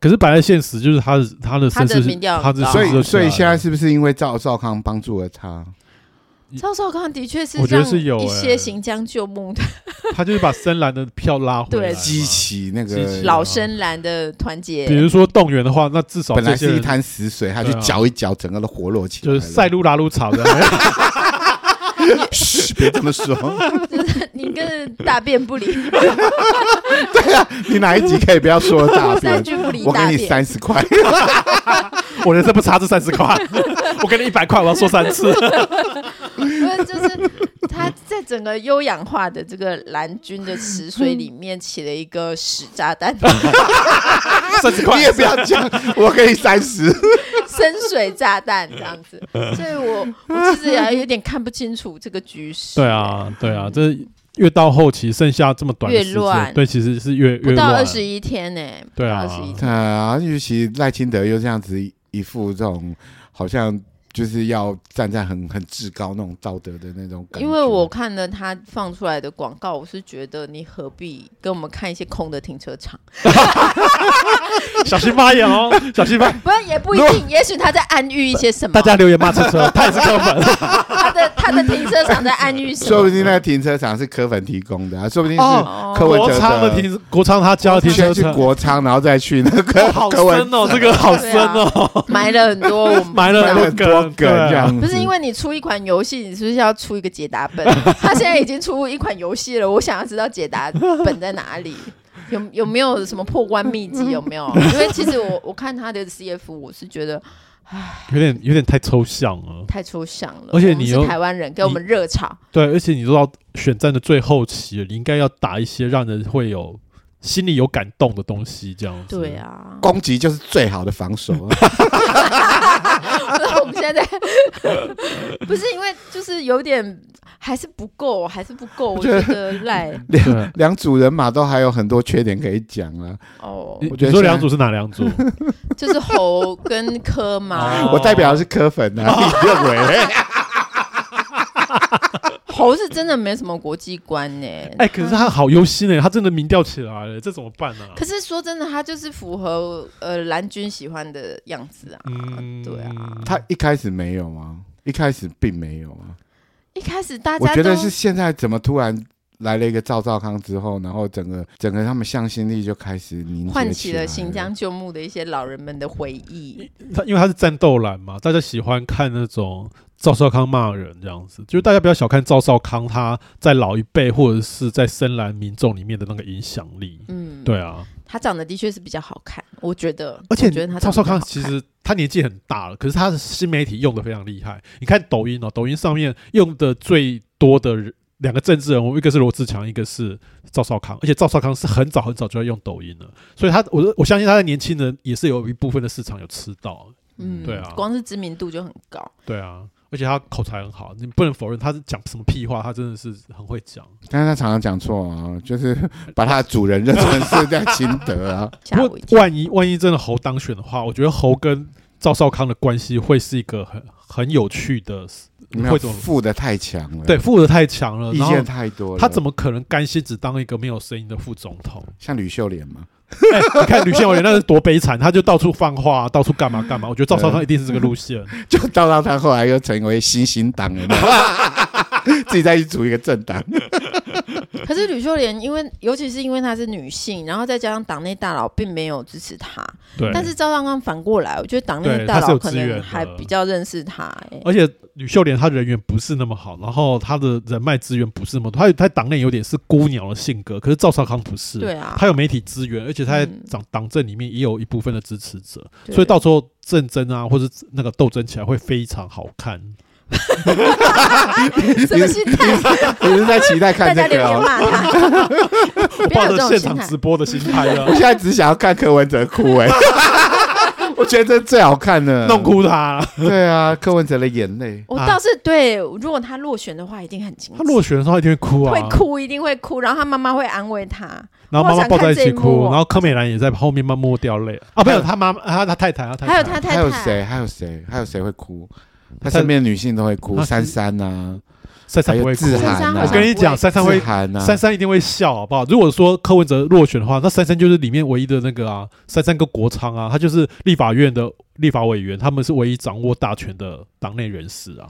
[SPEAKER 2] 可是摆在现实，就是他的他的
[SPEAKER 1] 他
[SPEAKER 2] 身
[SPEAKER 1] 的
[SPEAKER 2] 世是
[SPEAKER 1] 民调
[SPEAKER 2] 他的
[SPEAKER 1] 很高
[SPEAKER 2] 身
[SPEAKER 3] 所
[SPEAKER 2] 世就
[SPEAKER 3] 以，
[SPEAKER 2] 起
[SPEAKER 3] 所
[SPEAKER 2] 来
[SPEAKER 3] 以
[SPEAKER 2] 了
[SPEAKER 3] 现在是不是因为赵少康帮助了
[SPEAKER 2] 哎
[SPEAKER 3] 他？
[SPEAKER 1] 赵少康的确是
[SPEAKER 2] 我觉得
[SPEAKER 1] 让
[SPEAKER 2] 是有
[SPEAKER 1] 一
[SPEAKER 2] 欸
[SPEAKER 1] 些行将就木
[SPEAKER 3] 啊
[SPEAKER 1] 的
[SPEAKER 2] 他就是把深蓝的票拉回来
[SPEAKER 1] 对
[SPEAKER 2] 嘛。
[SPEAKER 3] 激起那
[SPEAKER 2] 激起
[SPEAKER 3] 个
[SPEAKER 2] 对老
[SPEAKER 1] 老深蓝的团结，
[SPEAKER 2] 比如说动员的话，那至少
[SPEAKER 3] 本来
[SPEAKER 2] 这些
[SPEAKER 3] 是一
[SPEAKER 2] 人
[SPEAKER 3] 滩死水，他去
[SPEAKER 2] 对啊
[SPEAKER 3] 搅一搅，整个都活络起来
[SPEAKER 2] 就
[SPEAKER 3] 了。
[SPEAKER 2] 是塞路拉路草的， 哎
[SPEAKER 3] 嘘，别这 么说。
[SPEAKER 1] 你跟大便不离，
[SPEAKER 3] 你哪一集可以不要说大
[SPEAKER 1] 三
[SPEAKER 3] 便？
[SPEAKER 1] 句不离
[SPEAKER 3] 我
[SPEAKER 1] 大
[SPEAKER 3] 给你
[SPEAKER 1] 便。
[SPEAKER 3] 三十块，
[SPEAKER 2] 我人生不差这三十 块，我给你一百块，我要说三次。
[SPEAKER 1] 因为就是他在整个优氧化的这个蓝军的池水里面起了一个屎炸 弹，
[SPEAKER 2] 三十块
[SPEAKER 3] 你也不要讲，我给你三十。
[SPEAKER 1] 深水炸弹这样子，所以我我其实也有点看不清楚这个局势。
[SPEAKER 2] 对，啊，对啊，这越到后期剩下这么短的时
[SPEAKER 1] 越乱
[SPEAKER 2] 间，对，其实是越
[SPEAKER 1] 不
[SPEAKER 2] 越
[SPEAKER 1] 到
[SPEAKER 2] 乱
[SPEAKER 1] 二。十一天呢、不
[SPEAKER 2] 对啊
[SPEAKER 1] 到21天
[SPEAKER 3] 啊，尤其赖清德又这样子一副这种好像就是要站在很很至高那种道德的那种感觉。
[SPEAKER 1] 因为我看了他放出来的广告，我是觉得你何必跟我们看一些空的停车场？
[SPEAKER 2] 小心发言 哦，小心发。
[SPEAKER 1] 不，也不一定，也许他在暗喻一些什么。
[SPEAKER 2] 大家留言骂车 车，他也是柯粉。
[SPEAKER 1] 他的他的停车场在暗喻 什
[SPEAKER 3] 说
[SPEAKER 1] 么？
[SPEAKER 3] 不定那个停车场是柯粉提供的、啊，说不定是
[SPEAKER 2] 哦
[SPEAKER 1] 哦
[SPEAKER 3] 柯文
[SPEAKER 2] 国
[SPEAKER 3] 哲
[SPEAKER 2] 昌的停，国昌他教的停车
[SPEAKER 3] 先去
[SPEAKER 2] 场，
[SPEAKER 3] 国昌，然后再去那
[SPEAKER 2] 哦
[SPEAKER 3] 个
[SPEAKER 2] 好
[SPEAKER 3] 柯文
[SPEAKER 2] 深哦，这个好深
[SPEAKER 1] 啊
[SPEAKER 2] 哦，
[SPEAKER 1] 埋了很多我们
[SPEAKER 2] 埋了
[SPEAKER 3] 买
[SPEAKER 2] 很
[SPEAKER 3] 很多
[SPEAKER 2] 多
[SPEAKER 3] 梗这
[SPEAKER 2] 对啊
[SPEAKER 3] 样子。
[SPEAKER 1] 不 是因为你出一款游戏，你是不是要出一个解答本？他现在已经出一款游戏了，我想要知道解答本在哪里，有有没有什么破关秘籍？有没 有？因为其实我我看他的 CF，我是觉得
[SPEAKER 2] 有点有点太抽象了。
[SPEAKER 1] 太抽象了。
[SPEAKER 2] 而且
[SPEAKER 1] 我们
[SPEAKER 2] 你
[SPEAKER 1] 是
[SPEAKER 2] 又
[SPEAKER 1] 台湾人，给我们热炒，
[SPEAKER 2] 对，而且你都到选战的最后期了，你应该要打一些让人会有心里有感动的东西，这样子。
[SPEAKER 1] 对，啊。
[SPEAKER 3] 攻击就是最好的防守啊、
[SPEAKER 1] 我们现在不是因为就是有点还是不够，还是不够，我
[SPEAKER 3] 觉得
[SPEAKER 1] 觉得赖
[SPEAKER 2] 对。
[SPEAKER 3] 两组人马都还有很多缺点可以讲啊。
[SPEAKER 1] 哦
[SPEAKER 2] 你，
[SPEAKER 3] 我觉得
[SPEAKER 2] 你说
[SPEAKER 3] 现在
[SPEAKER 2] 两组是哪两组？
[SPEAKER 1] 就是猴跟柯嘛。
[SPEAKER 2] 哦
[SPEAKER 3] 我代表的是柯粉 啊，你认为？
[SPEAKER 1] 猴是真的没什么国际观呢、嗯
[SPEAKER 2] 哎，可是他好忧心哎，他真的民调起来了，这怎么办啊呢？
[SPEAKER 1] 可是说真的，他就是符合呃蓝军喜欢的样子啊。
[SPEAKER 2] 嗯
[SPEAKER 1] 对啊，
[SPEAKER 3] 他一开始没有吗？一开始并没有啊。
[SPEAKER 1] 一开始大
[SPEAKER 3] 我
[SPEAKER 1] 家
[SPEAKER 3] 觉
[SPEAKER 1] 都
[SPEAKER 3] 得是现在怎么突然来了一个赵少康之后，然后整个整个他们向心力就开始凝结
[SPEAKER 1] 唤起
[SPEAKER 3] 来
[SPEAKER 1] 了新疆旧木的一些老人们的回忆。
[SPEAKER 2] 他因为他是战斗蓝嘛，大家喜欢看那种赵少康骂人这样子，就是大家不要小看赵少康他在老一辈或者是在深蓝民众里面的那个影响力。
[SPEAKER 1] 嗯，
[SPEAKER 2] 对，啊，
[SPEAKER 1] 他长得的确是比较好看，我觉得。
[SPEAKER 2] 而且
[SPEAKER 1] 我觉得他长
[SPEAKER 2] 赵
[SPEAKER 1] 得
[SPEAKER 2] 少
[SPEAKER 1] 比较
[SPEAKER 2] 康
[SPEAKER 1] 好
[SPEAKER 2] 其
[SPEAKER 1] 看
[SPEAKER 2] 实他年纪很大了，可是他的新媒体用的非常厉害。你看抖音哦，抖音上面用的最多的人两个政治人物，一个是罗志强，一个是赵少康。而且赵少康是很早很早就在用抖音了，所以他我我相信他在年轻人也是有一部分的市场有吃到。
[SPEAKER 1] 嗯，
[SPEAKER 2] 对啊
[SPEAKER 1] 光是知名度就很高。
[SPEAKER 2] 对啊，而且他口才很好，你不能否认他是讲什么屁话，他真的是很会讲。
[SPEAKER 3] 但是他常常讲错啊，就是 把他的主人认成是在秦德啊。
[SPEAKER 1] 吓
[SPEAKER 2] 不
[SPEAKER 1] 我
[SPEAKER 2] 过
[SPEAKER 1] 一跳。
[SPEAKER 2] 万一万一真的侯当选的话，我觉得侯跟赵少康的关系会是一个很很有趣的，
[SPEAKER 3] 你们
[SPEAKER 2] 会怎么
[SPEAKER 3] 负的太强了，
[SPEAKER 2] 对，，负责太强了，
[SPEAKER 3] 意
[SPEAKER 2] 然后
[SPEAKER 3] 见太多了。
[SPEAKER 2] 他怎
[SPEAKER 3] 么
[SPEAKER 2] 么可能甘心只当一个没有声音的副总统？
[SPEAKER 3] 像吕秀莲嘛？
[SPEAKER 2] 哎你看吕宪伟那是多悲惨，他就到处放话， 到处干嘛干嘛。我觉得赵少康一定是这个路 线。
[SPEAKER 3] 就到到他后来又成为新兴党了嘛， 自己再去组一个政党。
[SPEAKER 1] 可是吕秀莲，因为尤其是因为她是女性，然后再加上党内大佬并没有支持她，
[SPEAKER 2] 对，
[SPEAKER 1] 但是赵尚刚反过来，我觉得党内
[SPEAKER 2] 对
[SPEAKER 1] 大
[SPEAKER 2] 他是
[SPEAKER 1] 佬
[SPEAKER 2] 有
[SPEAKER 1] 可
[SPEAKER 2] 资源
[SPEAKER 1] 能
[SPEAKER 2] 的
[SPEAKER 1] 还比较认识她、 欸。
[SPEAKER 2] 而且吕秀莲她人缘不是那么好，然后她的人脉资源不是那么多，她她党内有点是孤鸟的性格，可是赵少康不是，
[SPEAKER 1] 对啊
[SPEAKER 2] 他有媒体资源，而且他在
[SPEAKER 1] 嗯
[SPEAKER 2] 党党政里面也有一部分的支持者，
[SPEAKER 1] 对
[SPEAKER 2] 所以到时候战争啊或者那个斗争起来会非常好看。
[SPEAKER 1] 什么心态？
[SPEAKER 3] 你是在期 待
[SPEAKER 1] 大
[SPEAKER 3] 看
[SPEAKER 1] 家
[SPEAKER 3] 这
[SPEAKER 1] 留
[SPEAKER 3] 个
[SPEAKER 1] 言
[SPEAKER 3] 哦？
[SPEAKER 1] 骂他， 不
[SPEAKER 2] 抱
[SPEAKER 1] 要有
[SPEAKER 2] 着
[SPEAKER 1] 这种
[SPEAKER 2] 现
[SPEAKER 1] 心
[SPEAKER 2] 场
[SPEAKER 1] 态
[SPEAKER 2] 直。播的心态
[SPEAKER 3] 我
[SPEAKER 2] 啊，
[SPEAKER 3] 现在只想要看柯文哲哭哎、 我觉得这最好看的，
[SPEAKER 2] 弄。哭他。
[SPEAKER 3] 对啊，柯文哲的眼泪。
[SPEAKER 1] 我
[SPEAKER 2] 啊
[SPEAKER 1] 倒是对，如果他落选的话，一定很惊喜。
[SPEAKER 2] 他落选的时候一定会哭啊，
[SPEAKER 1] 会哭，一定会哭，然后他妈妈会安慰他。
[SPEAKER 2] 然后妈
[SPEAKER 1] 我
[SPEAKER 2] 妈
[SPEAKER 1] 想
[SPEAKER 2] 抱在
[SPEAKER 1] 看
[SPEAKER 2] 一
[SPEAKER 1] 这
[SPEAKER 2] 起
[SPEAKER 1] 一幕
[SPEAKER 2] 哭，
[SPEAKER 1] 哦
[SPEAKER 2] 然后柯美兰也在后面默默掉泪啊，没有
[SPEAKER 3] 还有
[SPEAKER 2] 他妈妈他他太太啊，
[SPEAKER 1] 还有他太
[SPEAKER 3] 还有
[SPEAKER 1] 太，
[SPEAKER 3] 谁？还有谁？还有谁会哭？他身边的女性都会哭，
[SPEAKER 2] 他
[SPEAKER 3] 珊珊啊，
[SPEAKER 2] 珊珊不会哭
[SPEAKER 3] 还有自
[SPEAKER 1] 珊
[SPEAKER 3] 涵
[SPEAKER 1] 珊
[SPEAKER 3] 啊
[SPEAKER 1] 好
[SPEAKER 2] 我
[SPEAKER 1] 像
[SPEAKER 2] 跟你
[SPEAKER 1] 不
[SPEAKER 2] 讲，
[SPEAKER 1] 会
[SPEAKER 2] 珊珊
[SPEAKER 3] 子
[SPEAKER 2] 会
[SPEAKER 3] 涵啊，
[SPEAKER 2] 珊珊一定会笑，好不好？如果说柯文哲落选的话，那珊珊就是里面唯一的那个啊，珊珊跟国昌啊，他就是立法院的立法委员，他们是唯一掌握大权的党内人士啊，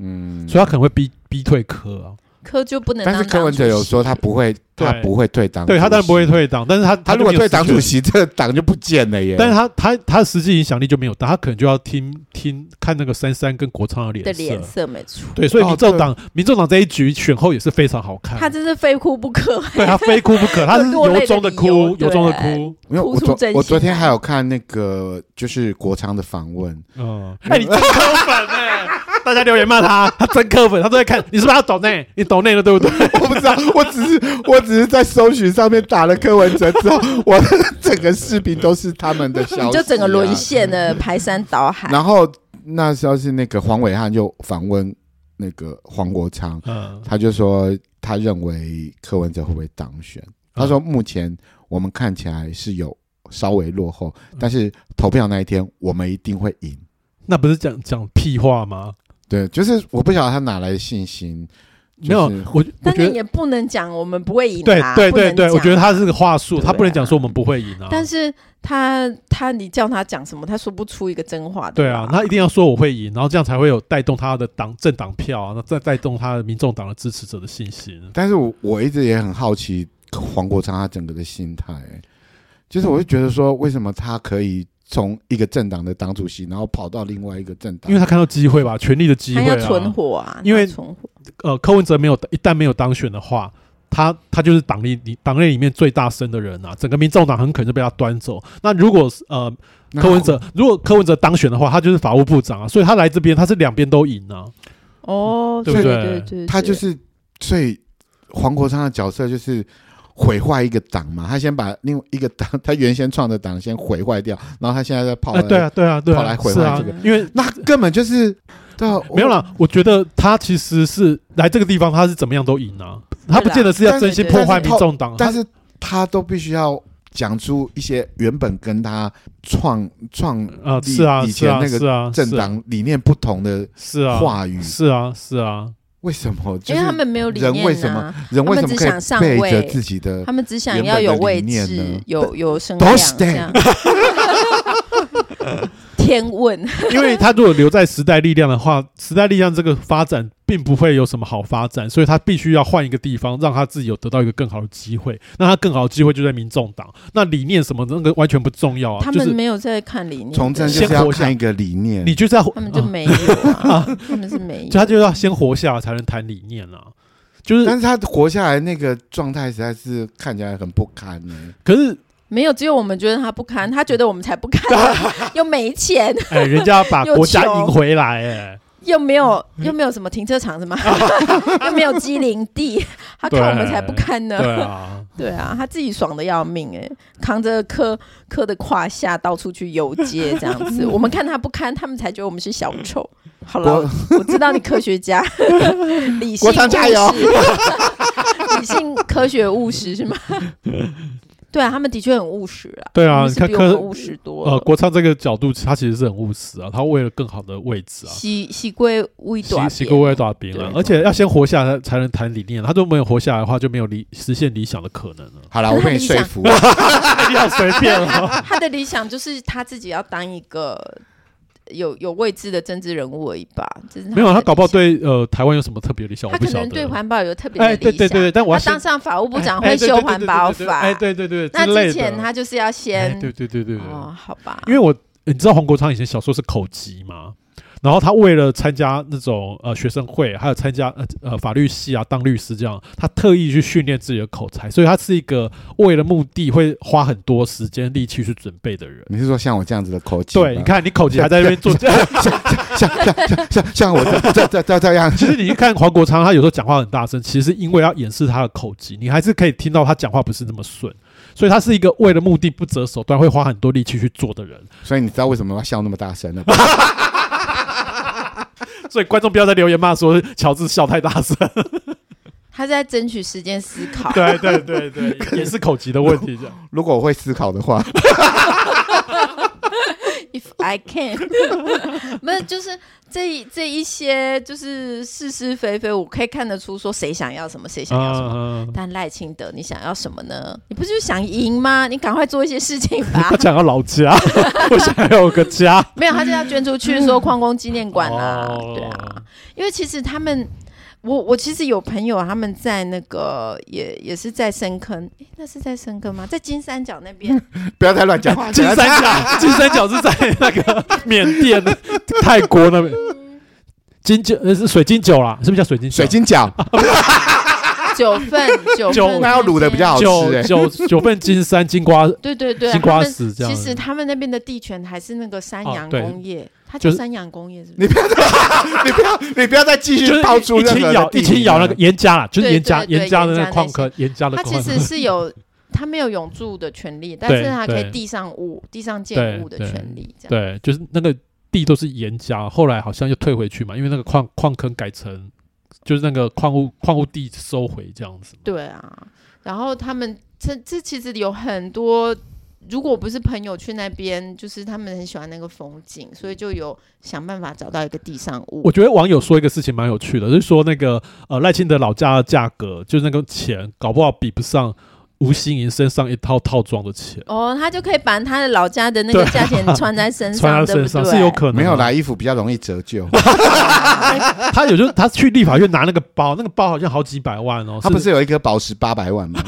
[SPEAKER 3] 嗯，
[SPEAKER 2] 所以他可能会逼逼退柯啊。
[SPEAKER 1] 柯就不能当党
[SPEAKER 3] 但是
[SPEAKER 1] 主席。
[SPEAKER 3] 柯文哲有说他不会，
[SPEAKER 2] 对
[SPEAKER 3] 他不会退党，
[SPEAKER 2] 对他当然不会。退党，但是他
[SPEAKER 3] 他如果退党主
[SPEAKER 2] 主席，
[SPEAKER 3] 席，这个党就不见了耶。
[SPEAKER 2] 但是他他他的实际影响力就没有大，他可能就要听听看那个珊珊跟国昌的
[SPEAKER 1] 的
[SPEAKER 2] 脸
[SPEAKER 1] 脸色没错，
[SPEAKER 2] 啊对，啊所以
[SPEAKER 3] 哦
[SPEAKER 2] 民众党、民众党这一局选后也是非常好看，
[SPEAKER 1] 他真是非哭不可。
[SPEAKER 2] 对他非哭不可，他是
[SPEAKER 1] 有落泪
[SPEAKER 2] 由衷
[SPEAKER 1] 的
[SPEAKER 2] 的
[SPEAKER 1] 理
[SPEAKER 2] 哭
[SPEAKER 1] 由，
[SPEAKER 2] 由衷的
[SPEAKER 1] 对
[SPEAKER 2] 哭。
[SPEAKER 3] 因为我
[SPEAKER 1] 哭出
[SPEAKER 3] 昨
[SPEAKER 1] 真心
[SPEAKER 3] 我昨天还有看那个就是国昌的访问，
[SPEAKER 2] 嗯，哎、 你真磕粉哎、大家留言骂他，他真磕粉，他都在看，你是不是要抖内？你抖内了对不对？
[SPEAKER 3] 我不知道，我只是我只是在搜寻上面打了柯文哲之后，我的整个视频都是他们的消息、啊
[SPEAKER 1] 你就整个沦。陷了，排山倒海。
[SPEAKER 3] 然后那时候是那个黄伟汉就访问那个黄国昌，
[SPEAKER 2] 嗯，
[SPEAKER 3] 他就说他认为柯文哲会不会当选？他
[SPEAKER 2] 嗯
[SPEAKER 3] 说目前我们看起来是有稍微落后，
[SPEAKER 2] 嗯
[SPEAKER 3] 但是投票那一天我们一定会赢。
[SPEAKER 2] 那不是讲讲屁话吗？
[SPEAKER 3] 对，就是我不晓得他哪来的信心，
[SPEAKER 2] 没有
[SPEAKER 3] 就是，
[SPEAKER 2] 我我
[SPEAKER 1] 但
[SPEAKER 2] 觉
[SPEAKER 1] 是
[SPEAKER 2] 得
[SPEAKER 1] 也不能讲我们不会赢
[SPEAKER 2] 对
[SPEAKER 1] 啊，
[SPEAKER 2] 对
[SPEAKER 1] 不能
[SPEAKER 2] 对对，
[SPEAKER 1] 讲
[SPEAKER 2] 我觉得他是个话术，
[SPEAKER 1] 对啊
[SPEAKER 2] 他不能讲说我们不会赢啊。
[SPEAKER 1] 但是他他你叫他讲什么，他说不出一个真话的。
[SPEAKER 2] 对啊，他一定要说我会赢，然后这样才会有带动他的党政党票啊，那再带动他的民众党的支持者的信心。
[SPEAKER 3] 但是我我一直也很好奇黄国昌他整个的心态、欸就是我就觉得说，为什么他可以从一个政党的党主席，然后跑到另外一个政党？
[SPEAKER 2] 因为他看到机会吧，权力的机
[SPEAKER 1] 他
[SPEAKER 2] 会
[SPEAKER 1] 要
[SPEAKER 2] 啊。
[SPEAKER 1] 存活啊，
[SPEAKER 2] 因为
[SPEAKER 1] 他要存活。
[SPEAKER 2] 呃，柯文哲没有一旦没有当选的话，他他就是党里里党内里面最大声的人啊，整个民众党很可能就被他端走。那如果是呃
[SPEAKER 3] 那
[SPEAKER 2] 柯文哲如果柯文哲当选的话，他就是法务部长啊，所以他来这边他是两边都赢啊。
[SPEAKER 1] 哦，
[SPEAKER 2] 对
[SPEAKER 1] 对
[SPEAKER 2] 不对
[SPEAKER 1] 对对，
[SPEAKER 3] 他就是，所以黄国昌的角色就是毁坏一个党嘛，他先把另一个党他原先创的党先毁坏掉，然后他现在在跑、
[SPEAKER 2] 哎，对啊，，对啊，对
[SPEAKER 3] 跑来
[SPEAKER 2] 啊，
[SPEAKER 3] 毁
[SPEAKER 2] 是
[SPEAKER 3] 坏
[SPEAKER 2] 啊
[SPEAKER 1] 这个，
[SPEAKER 2] 因为。
[SPEAKER 3] 那根本就是对啊，
[SPEAKER 2] 没有啦，我觉得他其实是来这个地方，他是怎么样都赢啊，他不见得是要真心破坏民众党
[SPEAKER 3] 我，但是他都必须要。讲出一些原本跟他创创
[SPEAKER 2] 啊、
[SPEAKER 3] 立
[SPEAKER 2] 是啊，
[SPEAKER 3] 以
[SPEAKER 2] 是
[SPEAKER 3] 前
[SPEAKER 2] 啊，
[SPEAKER 3] 那
[SPEAKER 2] 是
[SPEAKER 3] 个
[SPEAKER 2] 啊，
[SPEAKER 3] 政党理念不同的
[SPEAKER 2] 是啊，
[SPEAKER 3] 话语，
[SPEAKER 2] 是啊，是啊，
[SPEAKER 3] 为什么？就
[SPEAKER 1] 因
[SPEAKER 3] 是
[SPEAKER 1] 为他们没有理
[SPEAKER 3] 人
[SPEAKER 1] 念
[SPEAKER 3] 为什么
[SPEAKER 1] 啊，
[SPEAKER 3] 人为
[SPEAKER 1] 他
[SPEAKER 3] 什
[SPEAKER 1] 们
[SPEAKER 3] 么
[SPEAKER 1] 只
[SPEAKER 3] 可
[SPEAKER 1] 想上
[SPEAKER 3] 以背着
[SPEAKER 1] 位
[SPEAKER 3] 自己的
[SPEAKER 1] 他们只想
[SPEAKER 3] 原
[SPEAKER 1] 要
[SPEAKER 3] 本
[SPEAKER 1] 有
[SPEAKER 3] 的理
[SPEAKER 1] 位
[SPEAKER 3] 念
[SPEAKER 1] 置
[SPEAKER 3] 呢，
[SPEAKER 1] 有有声
[SPEAKER 3] 都
[SPEAKER 1] 量
[SPEAKER 3] 是
[SPEAKER 1] 这样。天问，
[SPEAKER 2] 因为他如果留在时代力量的话，时代力量这个发展并不会有什么好发展，所以他必须要换一个地方，让他自己有得到一个更好的机会。那他更好的机会就在民众党，那理念什么的那个完全不重要啊，
[SPEAKER 1] 他
[SPEAKER 2] 就
[SPEAKER 1] 们
[SPEAKER 2] 是
[SPEAKER 1] 没有在看理念的，
[SPEAKER 3] 从政就
[SPEAKER 2] 先
[SPEAKER 3] 是要
[SPEAKER 2] 活下
[SPEAKER 3] 看一个理念。
[SPEAKER 2] 你就是要
[SPEAKER 1] 他们就
[SPEAKER 2] 啊
[SPEAKER 1] 没有啊， 他们是没
[SPEAKER 2] 就
[SPEAKER 1] 有
[SPEAKER 2] 他。就要先活下来才能谈理念啊。就是，
[SPEAKER 3] 但是他活下来那个状态实在是看起来很不堪呢。
[SPEAKER 2] 可是，
[SPEAKER 1] 没有，只有我们觉得他不啊 堪，他觉得我们才不堪，又没钱。
[SPEAKER 2] 哎，人家要把
[SPEAKER 1] 又
[SPEAKER 2] 国家
[SPEAKER 1] 穷
[SPEAKER 2] 赢回来，哎，
[SPEAKER 1] 又没有又没有什么停车场 什么， 又没有机灵地，他看我们才不看 呢。
[SPEAKER 2] 对啊，
[SPEAKER 1] 对啊，他自己爽的要命哎、扛着客客的胯下到处去游街这样 子。我们看他不堪，他们才觉得我们是小丑。好了，我知道你科学 家，理性
[SPEAKER 3] 国强加油。
[SPEAKER 1] 务实 理性科学务实是吗？对啊，他们的确很务实啊。
[SPEAKER 2] 对啊
[SPEAKER 1] 他们是
[SPEAKER 2] 你看
[SPEAKER 1] 比我们
[SPEAKER 2] 科
[SPEAKER 1] 务实多了。
[SPEAKER 2] 呃，国昌这个角度，他其实是很务实啊，他为了更好的位置啊，
[SPEAKER 1] 喜喜归微短
[SPEAKER 2] 习习惯为打兵了，
[SPEAKER 1] 对
[SPEAKER 2] 而且要先活下来才能谈理念，他都没有活下来的话，就没有理实现理想的可能 了
[SPEAKER 3] 好了，我被你说服了。
[SPEAKER 2] 不要随便了，
[SPEAKER 1] 他的理想就是他自己要当一个有有位置的政治人物而已吧？这是他
[SPEAKER 2] 没有
[SPEAKER 1] 的
[SPEAKER 2] 他搞不好
[SPEAKER 1] 理想
[SPEAKER 2] 对呃台湾有什么特别的理想，我
[SPEAKER 1] 他
[SPEAKER 2] 不
[SPEAKER 1] 可
[SPEAKER 2] 晓
[SPEAKER 1] 能
[SPEAKER 2] 得
[SPEAKER 1] 对。环保有特别的理
[SPEAKER 2] 哎，
[SPEAKER 1] 想。
[SPEAKER 2] 对对对对，但我要
[SPEAKER 1] 他
[SPEAKER 2] 先
[SPEAKER 1] 当上法务部长
[SPEAKER 2] 哎
[SPEAKER 1] 会
[SPEAKER 2] 对
[SPEAKER 1] 修
[SPEAKER 2] 对对
[SPEAKER 1] 环
[SPEAKER 2] 对
[SPEAKER 1] 保
[SPEAKER 2] 对对
[SPEAKER 1] 法
[SPEAKER 2] 哎，，对对对，
[SPEAKER 1] 那
[SPEAKER 2] 类
[SPEAKER 1] 之
[SPEAKER 2] 的
[SPEAKER 1] 前他就是要先
[SPEAKER 2] 哎对对对对对，
[SPEAKER 1] 哦，好吧，
[SPEAKER 2] 因为我你知道黄国昌以前小时候是口疾嘛，然后他为了参加那种呃学生会，还有参加呃呃法律系啊当律师这样，他特意去训练自己的口才，所以他是一个为了目的会花很多时间力气去准备的人。
[SPEAKER 3] 你是说像我这样子的口气吗？
[SPEAKER 2] 对，你看你口疾还在那边 做，哎
[SPEAKER 3] 像像像像像我这这这这这样，
[SPEAKER 2] 其实你一看黄国昌，他有时候讲话很大声，其实是因为要掩饰他的口疾，你还是可以听到他讲话不是那么顺，所以他是一个为了目的不择手段，会花很多力气去做的人。
[SPEAKER 3] 所以你知道为什么要笑那么大声了吧？
[SPEAKER 2] 所以观众不要再留言骂说 乔治笑 太大声。
[SPEAKER 1] 他是在争取时间思考。
[SPEAKER 2] 对啊对对对，也是口疾的问题。这样
[SPEAKER 3] 如果我会思考的 话，
[SPEAKER 1] If I can，没有，就是这一这一些就是是是非非，我可以看得出说谁想要什么，谁想要什么。
[SPEAKER 2] 啊，
[SPEAKER 1] 但赖清德，你想要什么呢？你不就是想赢吗？你赶快做一些事情吧
[SPEAKER 2] 他。想要老家， 我想要有个 家。
[SPEAKER 1] 没有，他就要捐出去说矿工纪念馆啊，
[SPEAKER 2] 哦
[SPEAKER 1] 对啊。，因为其实他们，我我其实有朋友他们在那个也也是在深坑，诶那是在深坑吗？在金三角那边，
[SPEAKER 3] 不要再乱 讲话。
[SPEAKER 2] 金三 角，金三角是在那个缅甸、泰国那边。金九呃是水晶酒啦，是不是叫水晶酒？
[SPEAKER 3] 水晶 饺，
[SPEAKER 1] 九份九
[SPEAKER 2] 九
[SPEAKER 1] 份
[SPEAKER 3] 那要卤的比较好
[SPEAKER 1] 边
[SPEAKER 3] 吃欸
[SPEAKER 2] 九九九份金山金 瓜
[SPEAKER 1] 对对对，啊
[SPEAKER 2] 金
[SPEAKER 1] 他
[SPEAKER 2] 瓜
[SPEAKER 1] 们
[SPEAKER 2] 石这样
[SPEAKER 1] 其
[SPEAKER 2] 子。
[SPEAKER 1] 实他们那边的地权还是那个三
[SPEAKER 2] 哦
[SPEAKER 1] 洋
[SPEAKER 2] 对
[SPEAKER 1] 工业，它
[SPEAKER 2] 就
[SPEAKER 1] 叫
[SPEAKER 2] 是
[SPEAKER 1] 三洋工业是不
[SPEAKER 3] 你
[SPEAKER 1] 是？
[SPEAKER 3] 不要再你不要你不要再继
[SPEAKER 2] 就是
[SPEAKER 3] 续爆出
[SPEAKER 2] 一
[SPEAKER 3] 任
[SPEAKER 2] 起
[SPEAKER 3] 何的
[SPEAKER 2] 咬
[SPEAKER 3] 地
[SPEAKER 2] 一
[SPEAKER 3] 名啊
[SPEAKER 2] 起咬那个
[SPEAKER 3] 了
[SPEAKER 2] 岩浆啦，就是
[SPEAKER 1] 对
[SPEAKER 2] 岩
[SPEAKER 1] 对
[SPEAKER 2] 浆
[SPEAKER 1] 对
[SPEAKER 2] 岩浆的
[SPEAKER 1] 岩浆
[SPEAKER 2] 那个
[SPEAKER 1] 那
[SPEAKER 2] 矿坑，岩浆的
[SPEAKER 1] 它
[SPEAKER 2] 矿
[SPEAKER 1] 其
[SPEAKER 2] 坑。
[SPEAKER 1] 实 是有。它没有永住的权利，但是
[SPEAKER 2] 对
[SPEAKER 1] 它可
[SPEAKER 2] 对
[SPEAKER 1] 以地上物、地上
[SPEAKER 2] 对
[SPEAKER 1] 建物的
[SPEAKER 2] 对
[SPEAKER 1] 权利，这样。
[SPEAKER 2] 对，就是那个地都是岩浆，后来好像又退回去嘛，因为那个矿矿坑改成就是那个矿物矿物地收回这样子嘛。
[SPEAKER 1] 对啊，然后他们这这其实有很多，如果不是朋友去那边，就是他们很喜欢那个风景，所以就有想办法找到一个地上物
[SPEAKER 2] 我。觉得网友说一个事情蛮有趣的，就是说那个呃赖清德老家的价格，就是那个钱，搞不好比不上吴欣盈身上一套套装的钱，
[SPEAKER 1] 哦，他就可以把他的老家的那个价钱穿在身
[SPEAKER 2] 穿
[SPEAKER 1] 上，
[SPEAKER 2] 他
[SPEAKER 1] 对不
[SPEAKER 2] 身上
[SPEAKER 1] 对？
[SPEAKER 2] 是有可能
[SPEAKER 3] 没有
[SPEAKER 2] 的
[SPEAKER 3] 啦，衣服比较容易 折旧。
[SPEAKER 2] 他有就是他去立法院拿那个包，那个包好像好几百万哦，
[SPEAKER 3] 他不是有一颗宝石八百万吗？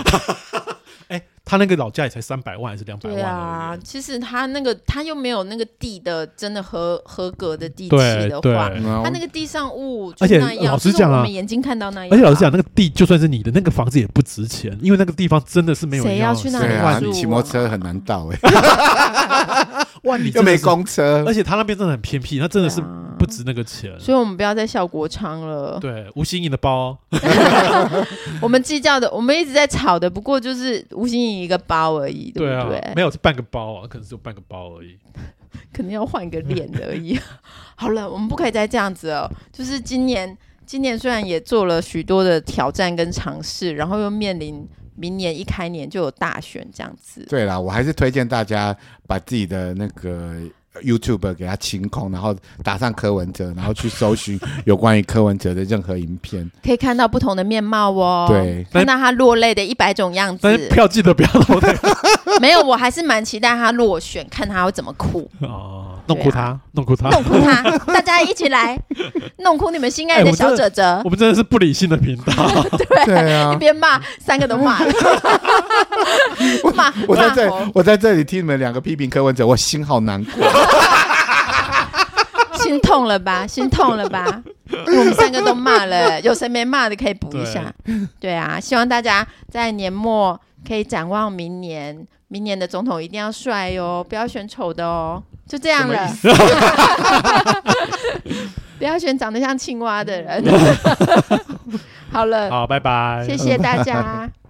[SPEAKER 2] 哎，他那个老家也才三百万还是两百万
[SPEAKER 1] 对
[SPEAKER 2] 而
[SPEAKER 1] 啊
[SPEAKER 2] 已？，
[SPEAKER 1] 其实他那个他又没有那个地的真的合合格的地契
[SPEAKER 2] 对
[SPEAKER 1] 的
[SPEAKER 2] 对，
[SPEAKER 1] 话，他
[SPEAKER 3] 他
[SPEAKER 1] 那个地上物就
[SPEAKER 2] 而且
[SPEAKER 1] 那样，
[SPEAKER 2] 老实
[SPEAKER 1] 就是
[SPEAKER 2] 讲啊
[SPEAKER 1] 我们眼睛看到那样啊，
[SPEAKER 2] 而且老实讲，那个地就算是你的，那个房子也不值钱，因为那个地方真的是没有人
[SPEAKER 1] 谁要去那里
[SPEAKER 3] 对
[SPEAKER 1] 万
[SPEAKER 3] 啊，
[SPEAKER 1] 树
[SPEAKER 3] 你骑摩托车很难到 哎，
[SPEAKER 2] 万里
[SPEAKER 3] 又
[SPEAKER 2] 真的
[SPEAKER 3] 没
[SPEAKER 2] 是，
[SPEAKER 3] 公 车
[SPEAKER 2] 而。且他那边真的很偏僻，他真的是
[SPEAKER 1] 对啊
[SPEAKER 2] 不值那个钱。
[SPEAKER 1] 所以我们不要再笑国昌了。
[SPEAKER 2] 对，吴心颖的包，
[SPEAKER 1] 我们计较的，我们一直在吵的，不过就是吴心颖一个包而已，
[SPEAKER 2] 对
[SPEAKER 1] 不
[SPEAKER 2] 啊
[SPEAKER 1] 对？，
[SPEAKER 2] 没有是半个包啊，可能只有半个包而已。
[SPEAKER 1] 可能要换一个脸而 已。好了，我们不可以再这样子了。就是今年，今年虽然也做了许多的挑战跟尝试，然后又面临明年一开年就有大选这样子。
[SPEAKER 3] 对啦，我还是推荐大家把自己的那个 YouTube 给它清空，然后打上柯文哲，然后去搜寻有关于柯文哲的任何影片。
[SPEAKER 1] 可以看到不同的面貌哦，
[SPEAKER 3] 对，
[SPEAKER 1] 看到他落泪的一百种样
[SPEAKER 2] 但是
[SPEAKER 1] 子。
[SPEAKER 2] 票记得不要弄那 个
[SPEAKER 1] 没有，我还是蛮期待他落选，看他会怎么哭，
[SPEAKER 2] 哦，弄哭他，弄哭他。
[SPEAKER 1] 啊弄哭他。大家一起 来弄哭你们心爱
[SPEAKER 2] 哎
[SPEAKER 1] 的
[SPEAKER 2] 我真
[SPEAKER 1] 小
[SPEAKER 2] 的
[SPEAKER 1] 哲哲
[SPEAKER 2] 我。们真的是不理性的频道，
[SPEAKER 3] 对
[SPEAKER 1] 一
[SPEAKER 3] 啊，
[SPEAKER 1] 边骂三个都骂了，骂
[SPEAKER 3] 我 在
[SPEAKER 1] 骂
[SPEAKER 3] 这
[SPEAKER 1] 猴，
[SPEAKER 3] 我在这里替你们两个批评柯文哲，我心好难过。
[SPEAKER 1] 心痛了 吧？心痛了吧？我们三个都骂了，有谁没骂的可以补一下。对啊，希望大家在年末可以展望明年，明年的总统一定要帅 哦，不要选丑的哦。就这样了，不要选 长得像青蛙的人。好了，
[SPEAKER 2] 好，拜拜，
[SPEAKER 1] 谢谢大家。